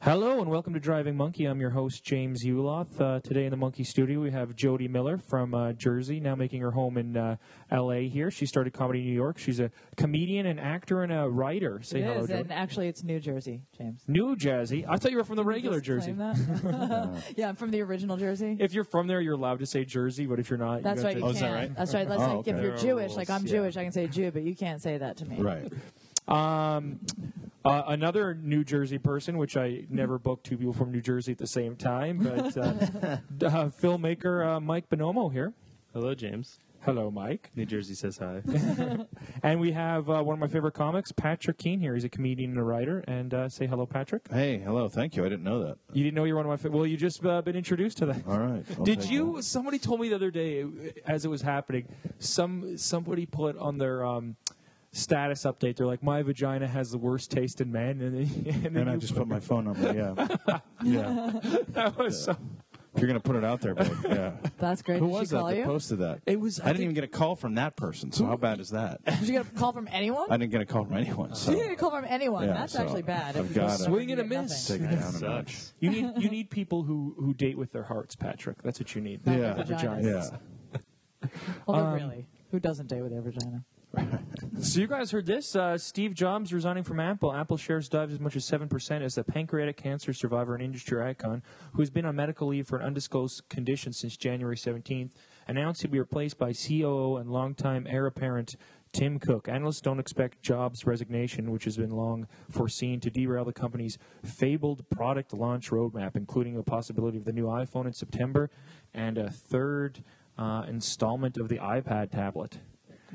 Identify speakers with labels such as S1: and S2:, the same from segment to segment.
S1: Hello and welcome to Driving Monkey. I'm your host, James Uloth. Uh, today in the Monkey Studio, we have Jody Miller from uh, Jersey, now making her home in uh, L.A. here. She started comedy in New York. She's a comedian, an actor, and a writer. Say
S2: It
S1: hello,
S2: is,
S1: Jody.
S2: and actually, it's New Jersey, James.
S1: New Jersey. I thought you were from the regular
S2: Just claim
S1: Jersey.
S2: that. yeah, I'm from the original Jersey.
S1: If you're from there, you're allowed to say Jersey, but if you're not,
S2: That's
S1: you
S2: right. You
S1: gotta
S2: can't.
S3: Oh, is
S1: say-
S3: that right?
S2: That's right. That's
S3: Oh,
S2: like
S3: okay.
S2: if
S3: There
S2: you're Jewish, like I'm
S1: rules,
S2: Jewish, I can say Jew, but you can't say that to me.
S3: Right.
S1: Uh, another New Jersey person, which I never booked two people from New Jersey at the same time, but uh, d- uh, filmmaker uh, Mike Bonomo here.
S4: Hello, James.
S1: Hello, Mike.
S4: New Jersey says hi.
S1: And we have uh, one of my favorite comics, Patrick Keene here. He's a comedian and a writer. And uh, say hello, Patrick.
S3: Hey, hello. Thank you. I didn't know that.
S1: You didn't know you're one of my favorite. Well, you just uh, been introduced to that.
S3: All right. I'll
S1: Did
S3: take
S1: you? Somebody told me the other day, uh, as it was happening, some somebody put on their um, status update. They're like, "My vagina has the worst taste in men," and then, and
S3: that.
S1: then
S3: And I
S1: you-
S3: just put my phone number. Yeah. yeah.
S1: that was so.
S3: If you're gonna put it out there, babe. Yeah.
S2: That's great.
S3: Who
S2: Did
S3: was
S2: she
S3: that
S2: call
S3: that
S2: you?
S3: posted that?
S1: It was-
S3: I,
S1: I
S3: didn't
S1: think-
S3: even get a call from that person. So how bad is that?
S2: Did you get a call from anyone?
S3: I didn't get a call from anyone.
S2: you
S3: So
S2: didn't get a call from anyone.
S3: Yeah,
S2: That's
S3: so
S2: actually bad.
S3: I've
S2: If
S3: got
S2: you
S3: it.
S2: call
S1: Swing and a
S2: you get
S1: miss.
S2: nothing.
S3: take it down a notch.
S4: Sucks.
S1: You need you need people who who date with their hearts, Patrick. That's what you need.
S2: Not
S3: Yeah.
S2: their vaginas.
S3: Yeah. Um,
S2: Although, really, who doesn't date with their vagina?
S1: So you guys heard this? Uh, Steve Jobs resigning from Apple. Apple shares dive as much as seven percent as the pancreatic cancer survivor and industry icon, who has been on medical leave for an undisclosed condition since January 17th, announced he'd be replaced by COO and longtime heir apparent Tim Cook. Analysts don't expect Jobs' resignation, which has been long foreseen, to derail the company's fabled product launch roadmap, including the possibility of the new iPhone in September and a third uh, installment of the iPad tablet.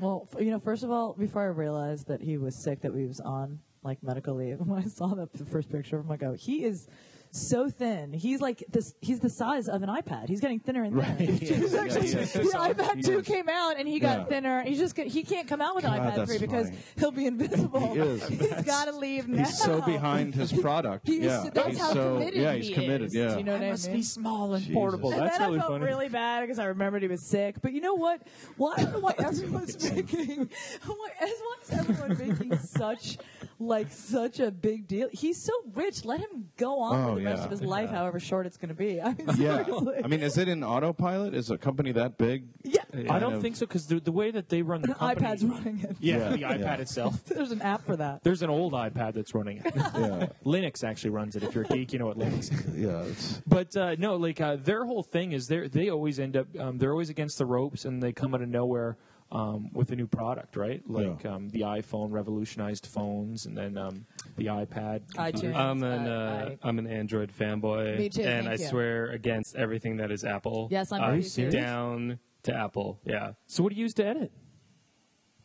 S2: Well, f- you know, first of all, before I realized that he was sick, that he was on like medical leave, when I saw that the first picture of him, I go, he is so thin. He's like this. He's the size of an iPad. He's getting thinner and thinner. He's actually,
S3: yeah,
S2: the iPad two came out, and he got
S3: Yeah.
S2: thinner. He's just get- he can't come out with
S3: God,
S2: iPad
S3: that's
S2: three because
S3: funny.
S2: he'll be invisible.
S3: He is.
S2: has got to leave now.
S3: He's so behind his product.
S2: He's-
S3: yeah.
S2: that's
S3: he's
S2: how
S3: so
S2: committed
S3: yeah. He's
S2: he
S3: committed.
S2: is.
S3: Yeah.
S2: Do you know what I, mean?
S1: small and
S3: Jesus. portable.
S2: And
S1: That's
S2: then
S1: really
S2: I felt
S1: funny.
S2: really bad because I remembered he was sick. But you know what? Why I don't know why everyone's making why as why is everyone making such like such a big deal? He's so rich. Let him go on
S3: Oh,
S2: for the rest
S3: yeah.
S2: of his life, however short it's going to be. I mean,
S3: Yeah.
S2: seriously.
S3: I mean, is it in autopilot? Is a company that big?
S2: yeah.
S1: I don't think so because the, the way that they run the
S2: An
S1: company,
S2: iPad's running it.
S3: Yeah,
S4: Yeah, the
S3: yeah.
S4: iPad itself.
S2: There's an app for that.
S1: There's an old iPad that's running it.
S3: Yeah.
S1: Linux actually runs it. If you're a geek, you know what Linux is.
S3: Yeah. It's,
S1: But uh, no, like uh, their whole thing is they they always end up um, they're always against the ropes and they come out of nowhere um, with a new product, right? Like
S3: Yeah.
S1: um, the iPhone revolutionized phones, and then um, the iPad.
S2: iTunes.
S4: I'm an
S2: I-
S4: uh,
S2: I-
S4: I'm an Android fanboy,
S2: Me too,
S4: and
S2: thank
S4: I
S2: you.
S4: swear against everything that is Apple.
S2: Yes, I'm
S4: I'm
S2: pretty serious.
S4: down to Apple. Yeah,
S1: So what do you use to edit?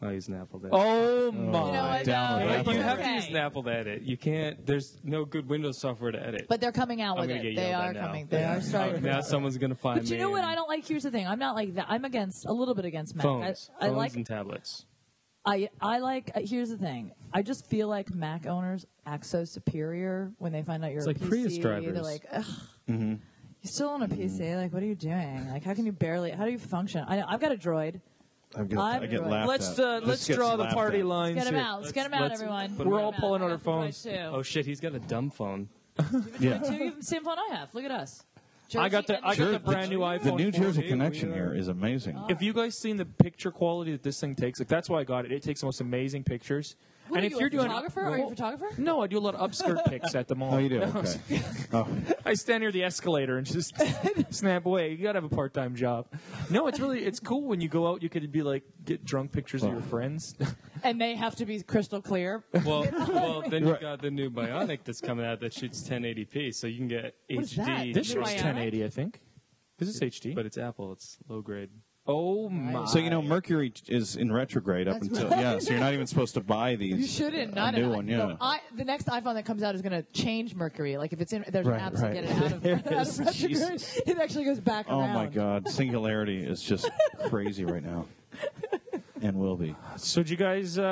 S4: I use an Apple. To edit.
S1: Oh my!
S2: you know what?
S3: down
S2: No,
S3: with
S2: it's
S4: you
S3: Apple.
S4: have to
S2: okay.
S4: use an Apple to edit. You can't. There's no good Windows software to edit.
S2: But they're coming out
S4: I'm
S2: with
S4: gonna
S2: it.
S4: get
S2: They
S4: yelled
S2: are
S4: at now.
S2: coming. They
S4: Yeah.
S2: are starting.
S4: Oh,
S2: to
S4: now
S2: come out.
S4: someone's gonna find
S2: But you
S4: me
S2: know what?
S4: and
S2: I don't like. Here's the thing. I'm not like that. I'm against a little bit against Mac. I-
S4: Phones,
S2: I,
S4: phones
S2: like
S4: and tablets.
S2: I I like. Uh, here's the thing. I just feel like Mac owners act so superior when they find out you're
S4: It's
S2: a
S4: like
S2: PC.
S4: Prius drivers.
S2: They're like, ugh.
S3: Mm-hmm.
S2: You're still on a PC. Like, what are you doing? Like, how can you barely? How do you function? I, I've got a droid.
S3: I'm gonna,
S2: I'm
S3: I get
S2: right.
S3: laughed
S1: Let's
S3: at.
S1: uh,
S3: This
S1: let's
S3: gets
S1: draw the
S3: laughed
S1: party
S3: at.
S1: lines.
S2: Let's get 'em
S1: here.
S2: out. Let's get 'em out,
S4: let's-
S2: everyone.
S4: put 'em
S1: We're
S4: out.
S1: all pulling out our phones.
S4: Oh shit, he's got a dumb phone.
S3: Yeah.
S2: you have the same phone I have. Look at us.
S1: I got the I got the brand new iPhone.
S3: The New
S1: 4G.
S3: Jersey
S4: we
S3: connection
S4: are-
S3: here is amazing.
S2: Oh,
S1: If you guys seen the picture quality that this thing takes, like that's why I got it. It takes the most amazing pictures.
S2: What
S1: and
S2: are
S1: if
S2: you, a
S1: are doing
S2: photographer? Are you a photographer?
S1: No, I do a lot of upskirt pics at the mall.
S3: Oh, you do?
S1: No,
S3: Okay. Oh.
S1: I stand near the escalator and just snap away. You gotta have a part-time job. No, it's really it's cool when you go out. You could be like get drunk pictures of your friends.
S2: And they have to be crystal clear.
S4: Well, well, then you
S3: Right.
S4: got the new Bionic that's coming out that shoots 1080p, so you can get
S2: What is that?
S4: HD.
S1: this
S2: New
S1: shit's
S2: Bionic?
S1: 1080, I think. Is this HD?
S4: but it's Apple. It's low grade.
S1: oh my!
S3: So you know Mercury is in retrograde up until yeah. So you're not even supposed to buy these.
S2: You shouldn't.
S3: uh,
S2: Not
S3: a new
S2: an-
S3: one. Yeah.
S2: no, I, the next iPhone that comes out is going to change Mercury. Like if it's in, there's
S3: Right,
S2: an app to
S3: right.
S2: get it out of, out of retrograde.
S3: Jesus.
S2: It actually goes back
S3: oh
S2: around.
S3: my God, singularity is just crazy right now, and will be.
S1: So did you guys? Uh,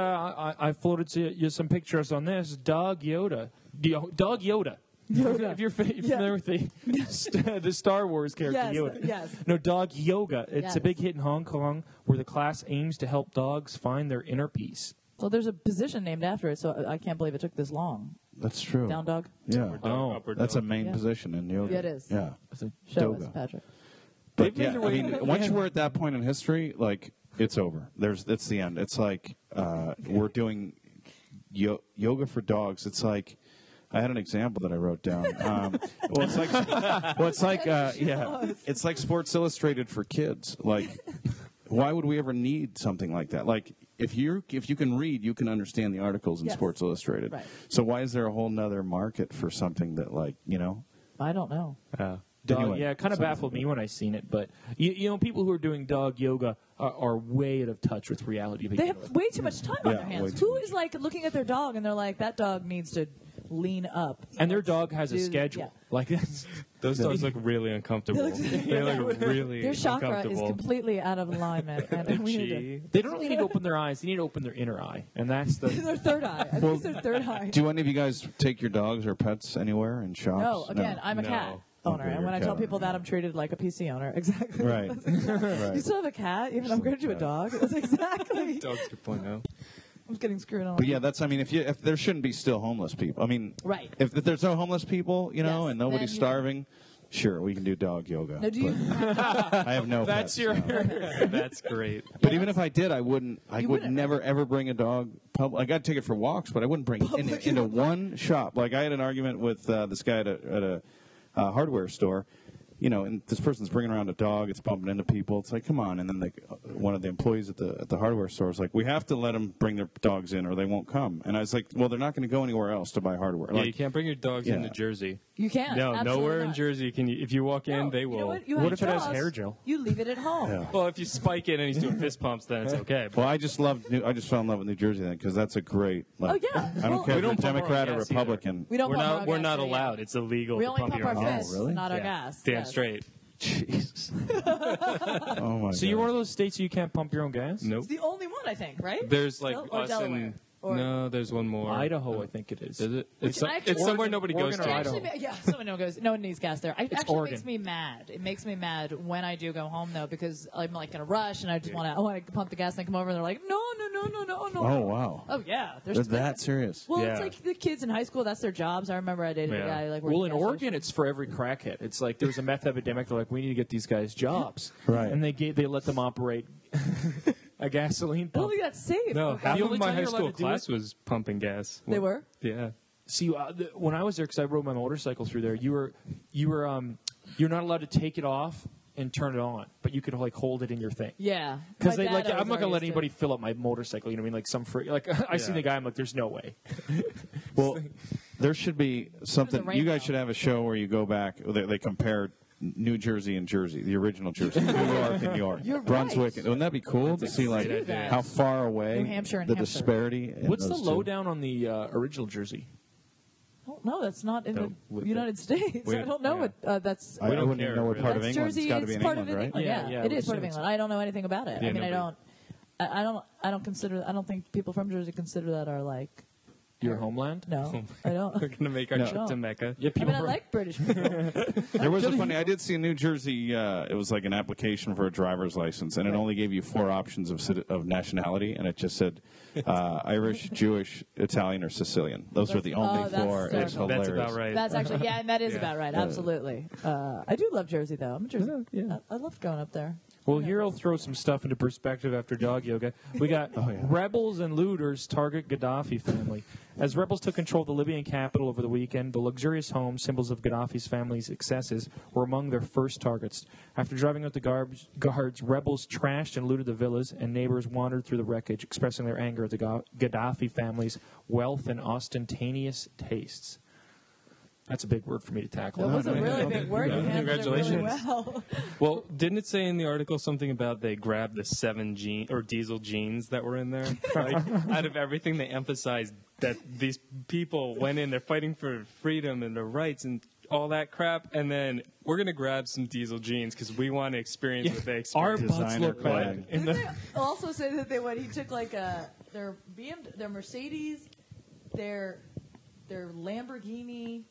S1: I, I floated to you some pictures on this. Dog Yoda. Yo- Dog Yoda. Yoda. If you're fa-
S2: Yeah.
S1: familiar with the, st- the Star Wars character
S2: Yes,
S1: Yoda.
S2: yes.
S1: No, dog yoga. It's
S2: Yes.
S1: a big hit in Hong Kong where the class aims to help dogs find their inner peace.
S2: Well, there's a position named after it, so I I can't believe it took this long.
S3: That's true.
S2: Down dog.
S3: Oh. Yeah.
S4: dog,
S1: Oh,
S4: upward
S3: That's a
S4: dog.
S3: main
S2: Yeah.
S3: position in yoga.
S2: Yeah, it is.
S3: Yeah.
S2: Show
S3: Doga.
S2: us, Patrick.
S3: But
S1: They've made
S3: yeah,
S1: their
S3: I
S1: way-
S3: mean, once we're at that point in history, like it's over. There's it's the end. It's like uh, we're doing yo- yoga for dogs. It's like I had an example that I wrote down. Um, well, it's like well, it's like uh, yeah, it's like Sports Illustrated for kids. Like, why would we ever need something like that? Like. If you if you can read, you can understand the articles in
S2: Yes.
S3: Sports Illustrated.
S2: Right.
S3: So why is there a whole nother market for something that like you know?
S2: I don't know.
S1: Dog-
S3: Anyway,
S1: yeah, it kind of
S3: something
S1: baffled me when I seen it. But you, you know, people who are doing dog yoga are, are way out of touch with reality. to
S2: They
S1: begin
S2: have
S1: with.
S2: way too much time on
S3: Yeah,
S2: their
S3: way
S2: hands.
S3: too
S2: Who is like looking at their dog and they're like, that dog needs to lean up?
S1: and their dog has a
S2: Dude,
S1: schedule.
S2: yeah.
S1: Like that's
S4: Those dogs look really uncomfortable.
S2: They look-
S4: they look really
S2: Their chakra is
S4: uncomfortable.
S2: completely out of alignment. And we need to-
S4: Gee.
S1: they don't really need to open their eyes. They need to open their inner eye, and that's the.
S2: their third eye. I think it's their third eye.
S3: Do any of you guys take your dogs or pets anywhere in shops?
S2: no, again, I'm a
S4: No.
S2: cat owner,
S3: Okay,
S2: and
S3: you're
S2: when
S3: a
S2: I
S3: cat
S2: tell
S3: owner,
S2: people that, I'm treated like a PC owner. Exactly.
S3: right.
S2: You
S3: right.
S2: still have a cat, even I'm going to a dog. That's exactly.
S4: Dogs oh. 2.0.
S2: I'm getting screwed on.
S3: But yeah, that's. I mean, if you if there shouldn't be still homeless people. I mean,
S2: Right.
S3: If, if there's no homeless people, you know,
S2: Yes,
S3: and nobody's
S2: then you-
S3: starving, sure, we can do dog yoga.
S2: Now, do you?
S3: But I have no.
S1: That's
S3: pets,
S1: your.
S3: no.
S4: That's great.
S3: But even if I did, I wouldn't. I
S2: You
S3: would
S2: wouldn't,
S3: never ever bring a dog public. I got to take it for walks, but I wouldn't bring it in, into one shop. Like I had an argument with uh, this guy at a, at a uh, hardware store. You know, and this person's bringing around a dog. It's bumping into people. It's like, come on! And then like one of the employees at the at the hardware store is like, we have to let them bring their dogs in, or they won't come. And I was like, well, they're not going to go anywhere else to buy hardware.
S4: Yeah,
S3: Like,
S4: you can't bring your dogs
S3: Yeah.
S4: into Jersey.
S2: You can't.
S4: No,
S2: absolutely
S4: nowhere in
S2: not.
S4: Jersey can you. If you walk in,
S2: No,
S4: they
S2: you
S4: will.
S2: know what? You
S1: What
S2: have
S1: if it has
S2: dogs,
S1: hair gel?
S2: You leave it at home.
S3: Yeah.
S4: well, if you spike it and he's doing fist pumps, then it's okay. But
S3: Well, I just loved. New, I just fell in love with New Jersey then because that's a great. Like,
S2: Oh, yeah.
S3: I
S2: Well-
S3: don't care
S2: We
S3: if you're
S4: don't pump our own
S3: Democrat or
S4: gas either.
S3: Republican.
S2: We don't.
S4: we're
S2: pump our
S4: not.
S2: own
S4: We're
S2: gas,
S4: not
S2: yeah, yeah.
S4: allowed. It's illegal
S2: We
S4: to
S2: only
S4: pump
S2: pump
S4: your
S2: our
S4: own.
S2: fists,
S3: Oh, really?
S2: not our
S4: Yeah.
S2: gas.
S4: Damn
S2: yes.
S4: straight.
S3: Jeez. oh my.
S1: So
S3: God.
S1: you're one of those states where you can't pump your own gas.
S4: Nope.
S2: It's the only one I think, right?
S4: There's like
S2: Still? or
S4: us
S2: Delaware.
S4: and
S2: or
S4: no. There's one more.
S1: Idaho, I think it is.
S4: Is it? It's,
S2: can
S4: so-
S2: actually-
S4: it's somewhere nobody
S1: Oregon
S4: goes
S1: or
S4: to.
S1: Idaho?
S2: Actually, ma- yeah, someone no goes. No one needs gas there. I it actually
S1: Oregon.
S2: makes me mad. It makes me mad when I do go home though because I'm like in a rush and I just want to. I want to pump the gas and I come over and they're like, no, no, no, no, no, no.
S3: Oh wow.
S2: Oh yeah, there's
S3: They're that serious.
S2: Well,
S4: Yeah.
S2: it's like the kids in high school. That's their jobs. I remember I dated a
S4: Yeah.
S2: guy like. worked
S1: Well, in
S2: at a gas
S1: Oregon, it's for every crackhead. It's like there's a meth epidemic. They're like, we need to get these guys jobs,
S3: Right.
S1: And they gave, they let them operate a gasoline
S2: station. I don't
S1: pump.
S2: think that's safe.
S4: No,
S2: Okay.
S4: half
S1: The
S4: of
S1: only
S4: my
S1: time
S4: high
S1: you're allowed
S4: school
S1: to do
S4: class
S1: it-
S4: was pumping gas.
S2: They were.
S4: Yeah.
S1: See, uh, th- when I was there, because I rode my motorcycle through there, you were you were um you're not allowed to take it off and turn it on, but you could like hold it in your thing.
S2: Yeah,
S1: Because
S2: My
S1: they
S2: dad
S1: like,
S2: always
S1: I'm not gonna let
S2: argues
S1: anybody
S2: to-
S1: fill up my motorcycle. You know what I mean? Like some free, like I see
S4: Yeah.
S1: the guy, I'm like, there's no way.
S3: Well, there should be something.
S2: rain
S3: You guys
S2: now.
S3: should have a show where you go back. They, they compare New Jersey and Jersey, the original Jersey, New York and New York,
S2: You're right.
S3: Brunswick. Wouldn't that be cool to see like
S4: great idea.
S3: how far away
S2: New Hampshire and
S3: the
S2: Hampshire.
S3: disparity? in
S1: What's the
S3: those two-
S1: lowdown on the uh, original Jersey?
S2: Oh, no, that's not in
S4: No,
S2: the
S4: with
S2: United States.
S4: we-
S2: I don't know
S4: yeah.
S2: what uh, that's.
S3: I, I
S4: We don't
S3: wouldn't
S4: care,
S3: even know what
S4: really.
S3: part
S2: that's
S3: of England.
S2: Jersey
S3: it's got to
S2: is
S3: be in
S2: part
S3: England,
S2: of
S3: right?
S2: England.
S1: Yeah,
S2: Yeah,
S1: yeah, I
S2: it
S1: would
S2: is part of
S1: assume so.
S2: England. I don't know anything about it.
S4: Yeah,
S2: I mean, I don't.
S4: nobody-
S2: I, I don't. I don't consider. I don't think people from Jersey consider that our like.
S1: Your homeland?
S2: Uh, No, I
S4: We're
S2: don't.
S4: gonna make our
S3: No.
S4: trip to Mecca.
S1: Yeah,
S2: I
S1: people
S2: mean, I
S1: were-
S2: like British people.
S3: There was a funny. I did see a New Jersey. Uh, it was like an application for a driver's license, and it only gave you four options of citi- of nationality, and it just said uh, Irish, Jewish, Italian, or Sicilian. Those were the only
S2: Oh, that's
S3: four. and It's
S2: hysterical.
S3: hilarious.
S4: That's about right.
S2: That's actually yeah, and that is about right. Absolutely. Uh, I do love Jersey though. I'm a Jersey.
S1: Yeah, yeah.
S2: I, I love going up there.
S1: Well, here I'll throw some stuff into perspective after dog yoga. We got
S3: yeah.
S1: rebels and looters target Gaddafi family. As rebels took control of the Libyan capital over the weekend, the luxurious homes, symbols of Gaddafi's family's excesses, were among their first targets. After driving out the garbs, guards, rebels trashed and looted the villas, and neighbors wandered through the wreckage, expressing their anger at the Ga- Gaddafi family's wealth and ostentatious tastes. That's a big word for me to tackle.
S2: That was a
S3: no,
S2: really
S3: no.
S2: big word. You handled it Really
S4: Congratulations.
S2: well.
S4: Well, didn't it say in the article something about they grabbed the seven jean or diesel jeans that were in there? like, out of everything, they emphasized that these people went in, they're fighting for freedom and their rights and all that crap, and then we're gonna grab some diesel jeans because we want to experience what they
S1: Our
S4: experience.
S1: butts
S3: Designer
S1: look bad.
S3: clothing.
S1: in the-
S2: also say that they what he took like a their BMW, their Mercedes, their their Lamborghini,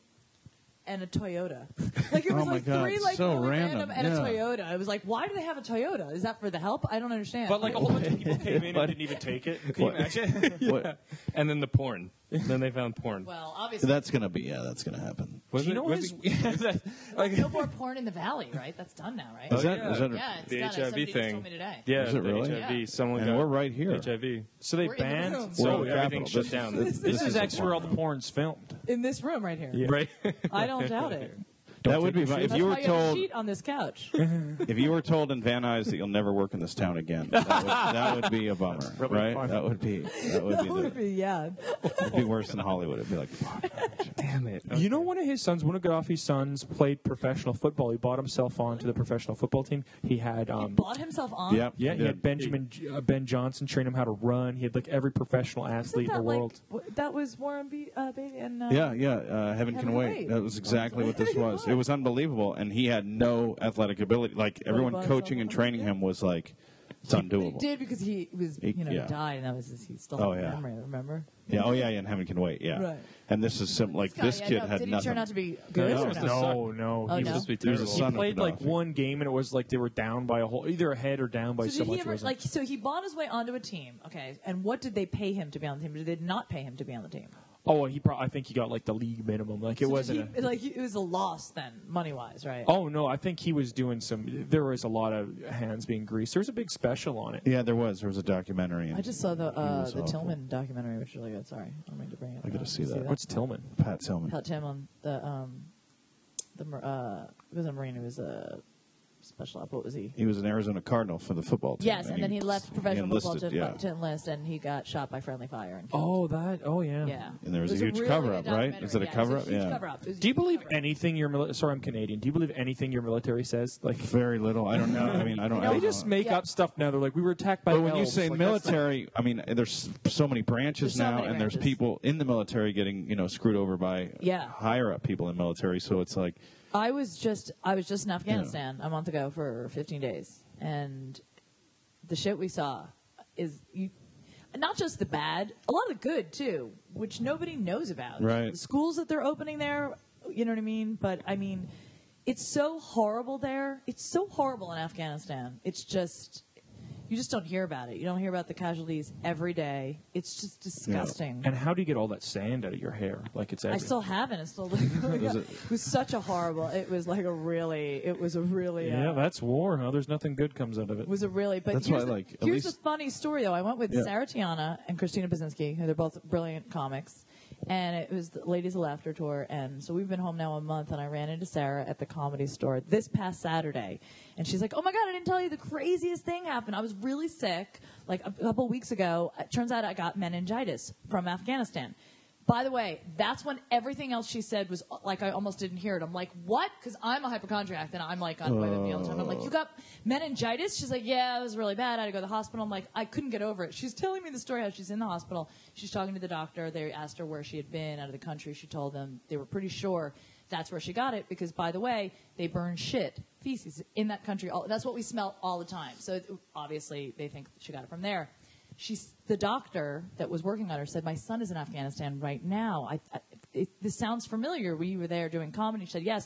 S2: and a Toyota. Like it
S3: Oh
S2: was
S3: my
S2: like
S3: God,
S2: three like
S3: so
S2: really
S3: random,
S2: and a
S3: yeah.
S2: Toyota. I was like, why do they have a Toyota? Is that for the help? I don't understand.
S4: But like a whole bunch of people came in
S3: What?
S4: and didn't even take it. Can you
S3: What?
S4: imagine?
S3: What-
S4: And then the porn. then they found porn.
S2: Well, obviously,
S3: That's gonna be yeah. That's gonna happen.
S4: Was
S1: Do you
S4: it-
S1: know
S4: was
S1: his,
S4: it-
S1: that- like,
S2: no more porn in the valley, right? That's done now, right?
S3: Is that,
S4: yeah.
S3: is that a-
S2: Oh, yeah, it's
S4: the
S2: done.
S4: HIV
S2: Somebody Just
S4: thing.
S2: told me today.
S4: Yeah,
S3: Is it
S4: the
S3: really?
S4: HIV.
S2: Yeah.
S4: Someone
S3: and
S4: got
S3: we're right here.
S4: HIV.
S1: so they
S2: We're in the
S1: banned.
S2: room.
S3: We're
S4: So
S3: in the capital.
S4: everything shut
S3: This-
S4: down.
S3: This,
S1: This, is
S3: a
S1: actually where all
S3: porno.
S1: the porn's filmed.
S2: In this room right here.
S4: Right.
S2: I don't doubt it.
S3: That would be fine. if
S2: That's
S3: you
S2: why
S3: were
S2: you have a
S3: told
S2: sheet on this couch.
S3: if you were told in Van Nuys that you'll never work in this town again. That would, that would be a bummer,
S1: really
S3: right?
S1: funny.
S3: That would be that would
S2: that
S3: be,
S2: would
S3: the,
S2: be yeah.
S3: it'd be worse than Hollywood. It'd be like fuck.
S4: Damn it.
S1: You know, one of his sons, one of Gaddafi's sons, played professional football. He bought himself onto the professional football team. He had, um,
S2: Bought himself on.
S3: Yep.
S1: yeah, he
S3: Yeah.
S1: had Benjamin uh, Ben Johnson train him how to run. He had like every professional
S2: Isn't
S1: athlete in
S2: that
S1: the
S2: like
S1: world.
S2: w- that was Warren B. Uh, Beatty and uh,
S3: Yeah, yeah. Uh, Heaven
S2: Heaven
S3: can
S2: Can
S3: wait.
S2: Wait.
S3: That was exactly what this
S2: There you
S3: was.
S2: are.
S3: It was unbelievable, and he had no athletic ability. Like everyone
S2: about
S3: coaching and
S2: someone?
S3: training him was like, it's
S2: He
S3: undoable.
S2: did because he was
S3: He-
S2: you know
S3: yeah.
S2: died and that was his, he still
S3: Oh,
S2: had
S3: yeah.
S2: memory. Remember?
S3: Yeah. Oh yeah. yeah, And Heaven can wait. Yeah.
S2: Right.
S3: And this is sim- like
S2: Scott,
S3: this
S2: yeah,
S3: kid
S2: no,
S3: had
S2: did he
S3: nothing.
S2: turn out to be good?
S4: No,
S2: or
S4: it's
S2: not?
S4: the son.
S1: No, no.
S2: Oh,
S1: he
S2: no.
S1: was-
S4: Supposed to be
S3: He was a
S4: terrible.
S1: he
S3: Son of
S1: played like
S3: Gaddafi.
S1: one game and it was like they were down by a whole, either a head or down by
S2: So
S1: so,
S2: did
S1: much.
S2: he
S1: it
S2: ever
S1: wasn't-
S2: like? So he bought his way onto a team, okay? And what did they pay him to be on the team? Did they not pay him to be on the team?
S1: oh, he probably, I think he got like the league minimum. Like it
S2: So did
S1: wasn't.
S2: he-
S1: a,
S2: like it was a loss then, money wise, right?
S1: oh no, I think he was doing some. There was a lot of hands being greased. There was a big special on it.
S3: Yeah, there was. There was a documentary. And
S2: I just saw the uh,
S3: was
S2: the
S3: awful.
S2: Tillman documentary, which is really good. Sorry, I don't mean to bring it. up.
S3: I gotta see that.
S1: What's Tillman?
S3: Pat Tillman.
S2: Pat Tillman, the um, the mar- uh, he was a marine. He was a special op. What was he?
S3: He was an Arizona Cardinal for the football team.
S2: Yes, and, then he left professional football
S3: enlisted,
S2: to,
S3: yeah.
S2: to enlist, and he got shot by friendly fire. And killed.
S1: Oh, that. Oh yeah.
S2: yeah.
S3: And there was
S2: It
S3: a huge
S2: really
S3: cover-up,
S2: good
S3: right?
S2: documentary.
S3: Is it a
S2: Yeah,
S3: cover-up?
S2: huge
S3: Yeah.
S2: cover-up. It was a
S1: Do you
S2: huge
S1: believe
S2: cover-up.
S1: anything your mili- sorry I'm Canadian. Do you believe anything your military says? Like
S3: Very little. I don't know. I mean, I don't. I
S1: they
S3: don't
S1: just
S3: know.
S1: make
S2: Yeah.
S1: up stuff now. They're like we were attacked by
S3: But when you
S1: elves."
S3: say
S1: Like, that's not-
S3: military, I mean, there's so many branches
S2: There's so
S3: now,
S2: many
S3: and there's
S2: branches.
S3: people in the military getting you know screwed over by
S2: Yeah.
S3: higher up people in military. So it's like
S2: I was just I was just in Afghanistan a month ago for 15 days, and the shit we saw is you, not just the bad, a lot of the good too, which nobody knows about.
S3: Right.
S2: The schools that they're opening there, you know what I mean? But I mean, it's so horrible there. It's so horrible in Afghanistan. It's just. You just don't hear about it. You don't hear about the casualties every day. It's just disgusting.
S1: And how do you get all that sand out of your hair? Like it's.
S2: I
S1: Every,
S2: still haven't. It's still. it,
S3: it-
S2: was such a horrible. It was like a really. It was a really.
S1: Yeah,
S2: uh,
S1: that's war. Huh? There's nothing good comes out of it.
S2: was a really. But
S3: That's
S2: here's,
S3: why,
S2: the,
S3: like, at
S2: here's
S3: least-
S2: the funny story though. I went with
S3: Yeah.
S2: Sarah Tiana and Christina Basinski, who they're both brilliant comics, and it was the Ladies of Laughter tour. And so we've been home now a month, and I ran into Sarah at the comedy store this past Saturday, and she's like, "Oh my god, I didn't tell you the craziest thing happened. I was really sick like a couple weeks ago. It turns out I got meningitis from Afghanistan." By the way, that's when everything else she said was uh, like I almost didn't hear it. I'm like, what? Because I'm a hypochondriac and I'm like on vitamin D all the time. I'm like, you got meningitis? She's like, yeah, it was really bad. I had to go to the hospital. I'm like, I couldn't get over it. She's telling me the story how she's in the hospital. She's talking to the doctor. They asked her where she had been out of the country. She told them they were pretty sure that's where she got it because, by the way, they burn shit, feces in that country. All, that's what we smell all the time. So it- obviously they think she got it from there she's the doctor that was working on her said my son is in afghanistan right now i, I it, this sounds familiar we were there doing comedy she said yes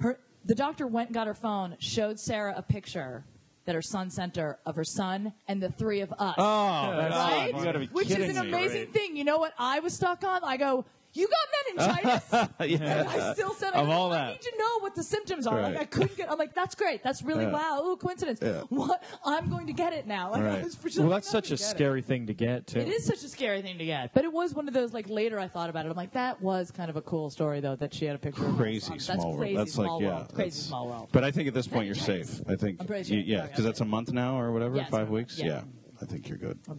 S2: her the doctor went and got her phone showed sarah a picture that her son sent her of her son and the three of us
S3: oh, that's
S2: right?
S3: you gotta be
S2: Which is
S3: kidding
S2: an
S3: me.
S2: amazing thing. You know what I was stuck on? I go, you got meningitis? And I still said, I,
S3: Of
S2: go,
S3: all
S2: I
S3: that.
S2: need to know what the symptoms are. Like,
S3: Right.
S2: I couldn't get, I'm like, that's great. That's really,
S3: Yeah.
S2: wow, ooh, coincidence.
S3: Yeah.
S2: What? I'm going to get it now. Like, I
S3: Right.
S2: was for sure
S1: well,
S2: like,
S1: that's
S2: I'm
S1: such
S2: gonna
S1: a
S2: get it.
S1: scary thing to get to.
S2: It is such a scary thing to get, but it was one of those. Like later, I thought about it. I'm like, that was kind of a cool story, though, that she had a picture. of her
S3: Crazy
S2: son. that's
S3: small
S2: crazy
S3: world. That's
S2: small
S3: like yeah,
S2: world. Crazy
S3: that's-
S2: small world.
S3: But I think at this point you're safe. I think
S2: I'm pretty sure.
S3: you- yeah,
S2: Sorry,
S3: because
S2: I'm
S3: that's a month now or whatever,
S2: Yeah, it's
S3: five
S2: a month.
S3: weeks.
S2: Yeah.
S3: I think you're good.
S2: I'm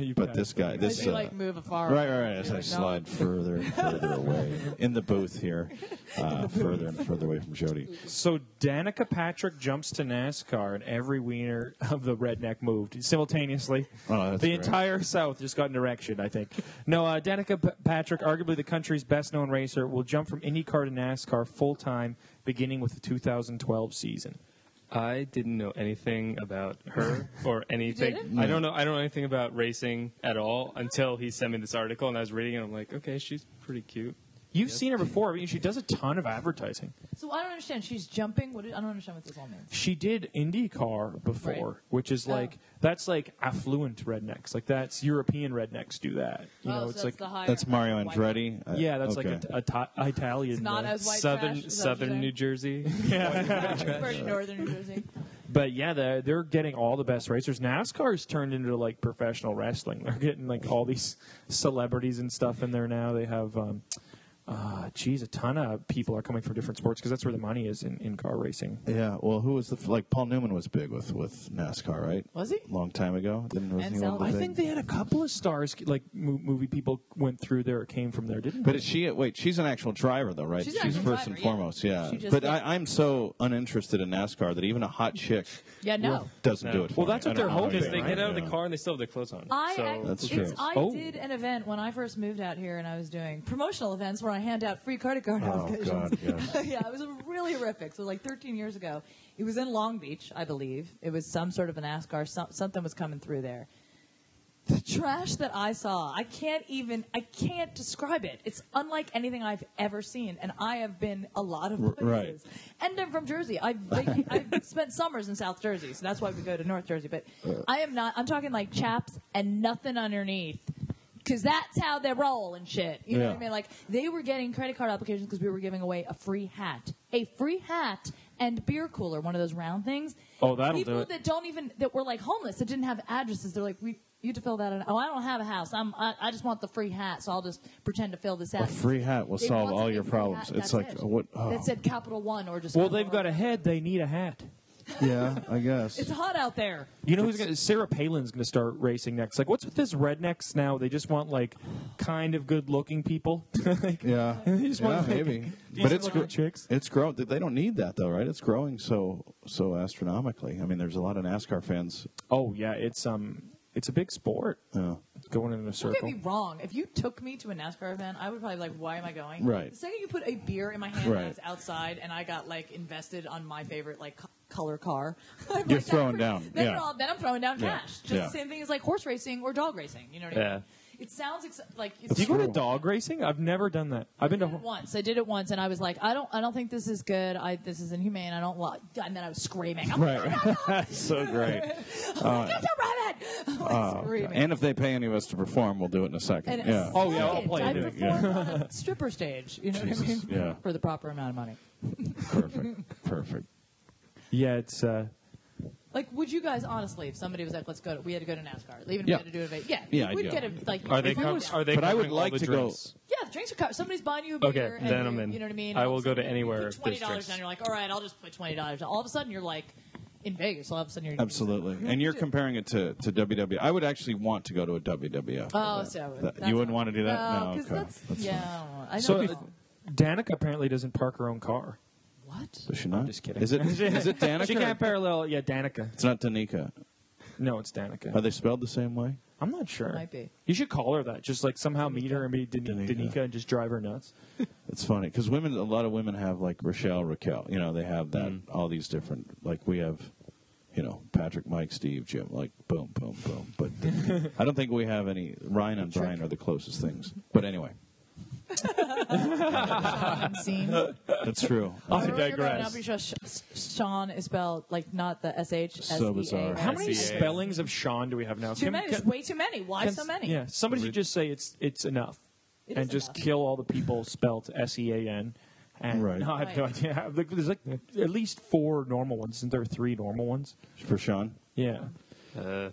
S1: You
S3: But
S1: pass.
S3: this guy,
S2: Unless
S3: this
S2: you
S3: uh,
S2: like move afar.
S3: Right, right, right. As
S2: You're
S3: I
S2: like, no.
S3: slide further and further away in the booth here, uh, further and further away from Jody.
S1: So Danica Patrick jumps to NASCAR, and every wiener of the redneck moved simultaneously.
S3: Oh, that's
S1: the
S3: great.
S1: entire South just got an erection, I think. No, uh, Danica P- Patrick, arguably the country's best-known racer, will jump from IndyCar to NASCAR full-time, beginning with the 2012 season.
S4: I didn't know anything about her or anything.
S2: didn't?
S4: I don't know. I don't know anything about racing at all until he sent me this article, and I was reading it. And I'm like, okay, she's pretty cute.
S1: You've seen her before. I mean, she does a ton of advertising.
S2: So I don't understand. She's jumping. What do, I don't understand what this all means.
S1: She did IndyCar before,
S2: Right.
S1: which is
S2: Oh.
S1: like that's like affluent rednecks. Like that's European rednecks do that.
S2: Oh,
S1: You know, it's like
S3: That's Mario Andretti. Uh,
S1: yeah, that's
S3: okay.
S1: like a, a ta- Italian.
S2: It's not
S1: uh,
S2: as white trash,
S4: southern
S2: is that what you're
S4: Southern New
S2: saying?
S4: Jersey.
S2: Very northern New Jersey.
S1: But yeah, they're, they're getting all the best racers. NASCAR's turned into like professional wrestling. They're getting like all these celebrities and stuff in there now. They have, um, uh, geez, a ton of people are coming from different sports because that's where the money is in, in car racing.
S3: Yeah, well, who was the f- like Paul Newman was big with with NASCAR, right?
S2: Was he?
S3: Long time ago. Then was
S2: And
S3: he one of the
S1: I
S2: Sal-
S3: big-
S1: think they had a couple of stars like mo- movie people went through there or came from there, didn't
S3: But
S1: they?
S3: is she? Wait, she's an actual driver though, right?
S2: She's an actual
S3: first
S2: driver,
S3: and
S2: yeah.
S3: foremost, yeah.
S2: She just- Oh.
S3: but
S2: yeah.
S3: I, I'm so uninterested in NASCAR that even a hot chick
S2: Yeah, no.
S3: doesn't
S4: No.
S3: do it. For
S1: Well, that's
S3: me.
S1: what
S3: I don't
S1: they're
S3: know how
S1: hoping,
S3: it
S4: Because
S3: is,
S4: they
S1: right?
S4: get out of the
S3: Yeah.
S4: car and they still have their clothes on.
S2: I,
S4: so
S2: I-
S3: That's
S2: it's-
S3: true.
S2: I
S1: Oh.
S2: did an event when I first moved out here, and I was doing promotional events where I hand out free credit card
S3: Oh
S2: applications.
S3: God, yes.
S2: yeah, it was really horrific. So like 13 years ago, it was in Long Beach, I believe. It was some sort of an NASCAR. Some, something was coming through there. The trash that I saw, I can't even. I can't describe it. It's unlike anything I've ever seen, and I have been a lot of
S3: R-
S2: places.
S3: right.
S2: And I'm from Jersey. I've vac- I've spent summers in South Jersey, so that's why we go to North Jersey. But I am not. I'm talking like chaps and nothing underneath. Because that's how they roll and shit. You know what I
S3: Yeah.
S2: mean? Like, they were getting credit card applications because we were giving away a free hat. A free hat and beer cooler, one of those round things.
S1: Oh, that'll do
S2: People
S1: it.
S2: that don't even, that were like homeless, that didn't have addresses, they're like, we, you have to fill that in. Oh, I don't have a house. I'm, I, I just want the free hat, so I'll just pretend to fill this out.
S3: A free hat will
S2: They
S3: solve
S2: wanted
S3: all
S2: a
S3: your
S2: free
S3: problems.
S2: hat,
S3: It's
S2: that's
S3: like
S2: it.
S3: what? Oh.
S2: That said Capital One or just.
S1: well,
S2: Capital
S1: they've got a
S2: One.
S1: head. They need a hat.
S3: yeah, I guess.
S2: It's hot out there.
S1: You know who's going to Sarah Palin's going to start racing next. Like, what's with this rednecks now? They just want like kind of good-looking people. Like,
S3: yeah,
S1: just want,
S3: yeah,
S1: like,
S3: maybe. But it's
S1: decent-looking
S3: gr-
S1: chicks.
S3: It's grow. They don't need that though, right? It's growing so so astronomically. I mean, there's a lot of NASCAR fans.
S1: Oh yeah, it's um, it's a big sport.
S3: Uh,
S1: It's going in a
S2: Don't get
S1: circle.
S2: me wrong. If you took me to a NASCAR event, I would probably be like, why am I going?
S3: Right.
S2: The second you put a beer in my hand
S3: Right.
S2: when I was outside and I got like invested on my favorite like co- color car, I'm
S3: You're
S2: like, that
S3: throwing
S2: pre-
S3: down.
S2: Then,
S3: Yeah.
S2: we're all- then I'm throwing down
S3: Yeah.
S2: cash. Just
S3: Yeah.
S2: the same thing as like horse racing or dog racing. You know what I mean?
S4: Yeah.
S2: It sounds ex- like
S1: Do
S2: it's
S1: you go to
S3: True.
S1: dog racing? I've never done that. I've been to.
S2: did it once. I did it once, and I was like, I don't, I don't think this is good. I, this is inhumane. I don't want. And then I was screaming. I'm like,
S3: right. so great.
S2: "Get the rabbit!" I'm like,
S3: Oh,
S2: screaming.
S3: And if they pay any of us to perform, we'll do it in a second.
S2: And
S3: yeah.
S1: Oh, yeah, I'll
S2: second,
S1: play
S2: I
S1: it.
S2: performed on a stripper stage. You know what I mean?
S3: Jesus, yeah.
S2: For the proper amount of money.
S3: perfect. Perfect.
S1: Yeah, it's. Uh,
S2: Like, would you guys honestly, if somebody was like, "Let's go," to, we had to go to NASCAR, even if we
S3: Yeah.
S2: had to do it, yeah,
S3: Yeah,
S2: we
S3: I'd
S2: would
S3: go.
S2: get a like.
S4: are they
S2: if we
S4: com-
S2: was-
S4: are they
S3: But I would
S4: covering all
S3: like
S4: the
S3: to go-
S4: drinks?
S2: yeah, the drinks are covered. Somebody's buying you a beer.
S4: Okay,
S2: and
S4: then
S2: you-
S4: I'm in.
S2: You know what I mean?
S4: I
S2: All
S4: will
S2: of a
S4: go to
S2: sudden you
S4: anywhere
S2: Put
S4: if
S2: Twenty
S4: there's
S2: dollars
S4: drinks.
S2: down. You're like, all right, I'll just put twenty dollars. All of a sudden, you're like in Vegas. All of a sudden, you're
S3: Absolutely. And you're comparing it to, to WW. I would actually want to go to a WWF.
S2: Oh,
S3: event.
S2: so
S3: That-
S2: that's
S3: you wouldn't
S2: not-
S3: want to do that?
S2: No,
S3: okay.
S2: because that's,
S3: That's
S2: yeah.
S3: fine.
S2: I know.
S1: so, uh, Danica apparently doesn't park her own car.
S2: what?
S3: Does she not?
S1: just kidding.
S3: Is it, is it Danica?
S1: She
S3: or-
S1: can't parallel. Yeah, Danica.
S3: It's not Danica.
S1: No, it's
S3: Are
S1: Danica.
S3: they spelled the same way?
S1: I'm not sure.
S2: Might be.
S1: You should call her that. Just like somehow meet her and be Dan-
S3: Danica.
S1: Danica and just drive her nuts.
S3: It's funny because women, a lot of women have like Rochelle, Raquel. You know, they have that all these different. Like we have, you know, Patrick, Mike, Steve, Jim. Like boom, boom, boom. But I don't think we have any. Ryan and Brian are the closest things. But anyway,
S2: Unseen.
S3: that's true.
S1: I
S2: Remember when you were growing
S1: digress.
S2: up, you saw Sh- Sh- Sean is spelled like not the S H S E A.
S3: So bizarre.
S1: How many
S4: SEA.
S1: spellings of Sean do we have now?
S2: Too
S1: Can-
S2: many.
S1: can-
S2: There's way too many. Why
S1: can-
S2: so many?
S1: Yeah, somebody should just say it's it's enough,
S2: It
S1: and
S2: is
S1: just
S2: enough.
S1: kill all the people spelled S E A N. And
S3: Right.
S1: no, I have no
S2: Right.
S1: idea. Like, There's like at least four normal ones, and there are three normal ones.
S3: For Sean,
S1: Yeah.
S4: Uh,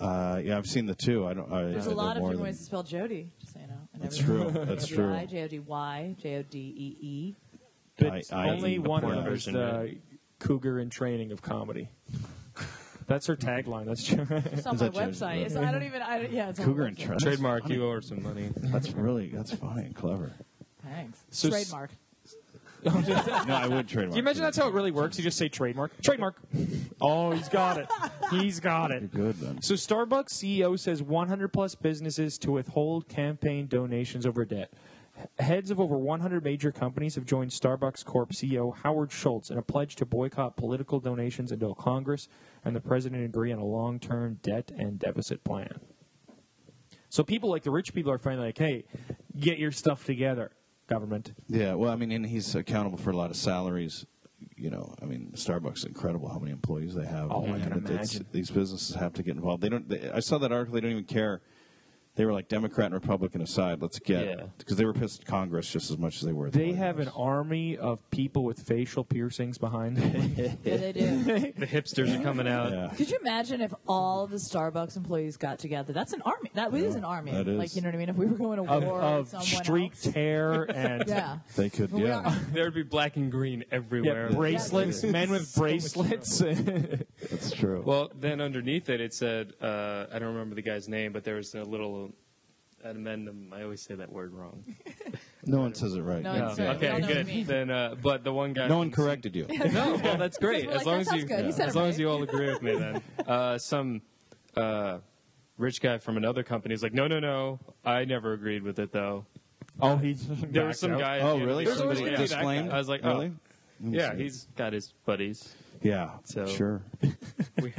S3: uh, yeah, I've seen the two. I don't. I,
S2: There's
S3: I
S2: a
S3: know
S2: lot of
S3: more
S2: different
S3: than-
S2: ways to spell Jody. Just so you know. And
S3: That's
S2: everything.
S3: true. That's
S2: J-O-D-I,
S3: true.
S2: J-O-D-Y, J-O-D-E-E.
S1: But
S3: I- I
S1: only
S3: eat the
S1: one of
S3: porn
S1: them is
S4: version,
S1: the cougar in training of comedy. That's her tagline. That's true.
S2: It's on
S3: Is
S2: my
S3: that Jody?
S2: website. It's, I don't even. I don't, yeah. It's on my
S3: Cougar and
S2: website.
S3: Trent.
S4: trademark, you owe her some money.
S3: That's really that's funny and clever.
S2: Thanks.
S1: So s-
S2: Trademark.
S3: No, I would trademark.
S1: Do you imagine that's how it really works? You just say trademark. Trademark. Oh, he's got it. He's got it.
S3: You're good then.
S1: So Starbucks CEO says 100 plus businesses to withhold campaign donations over debt. H- Heads of over 100 major companies have joined Starbucks Corp CEO Howard Schultz in a pledge to boycott political donations until Congress and the president agree on a long-term debt and deficit plan. So people like the rich people are finally like, "Hey, get your stuff together." government.
S3: Yeah, well, I mean, and he's accountable for a lot of salaries. You know, I mean, Starbucks is incredible how many employees they have.
S1: Oh, I
S3: And
S1: can
S3: it- it's-
S1: imagine.
S3: These businesses have to get involved. They don't. They, I saw that article. They don't even care. They were like Democrat and Republican aside. Let's
S4: Yeah.
S3: get because they were pissed at Congress just as much as they were. at the
S1: They
S3: White
S1: have an
S3: House.
S1: army of people with facial piercings behind them.
S2: Yeah, they do.
S4: The hipsters are coming out.
S3: Yeah.
S2: Could you imagine if all the Starbucks employees got together? That's an army. That is an army.
S3: that is.
S2: Like you know what I mean? If we were going to
S1: of,
S2: war
S1: of
S2: with someone
S1: streaked
S2: else.
S1: hair and
S2: Yeah.
S3: They could.
S2: Well, we
S3: Yeah.
S2: are-
S4: There would be black and green
S1: Yeah,
S4: everywhere.
S1: bracelets, men with bracelets.
S3: That's true.
S4: Well, then underneath it, it said, uh, I don't remember the guy's name, but there was a little amendment. I always say that word wrong.
S3: no one says it right.
S2: No, it's- Yeah.
S4: Okay,
S2: Don't know me.
S4: good. Then, uh, but the one guy.
S3: No one corrected you.
S4: No, well, that's great.
S2: We're like,
S4: as long
S2: that
S4: as
S2: sounds
S4: you,
S2: good. He said
S4: as
S2: it
S4: long
S2: right.
S4: as you all agree with me, then uh, some uh, rich guy from another company is like, no, no, no, I never agreed with it though.
S1: oh, he.
S4: There was some guy. at the
S3: Oh,
S4: end of
S3: really?
S4: the-
S3: Somebody
S4: Yeah, that guy.
S3: disclaimed?
S4: I was like,
S3: really?
S4: oh,
S3: Let me
S4: yeah,
S3: see.
S4: he's got his buddies.
S3: yeah.
S4: So-
S3: sure.
S4: We, we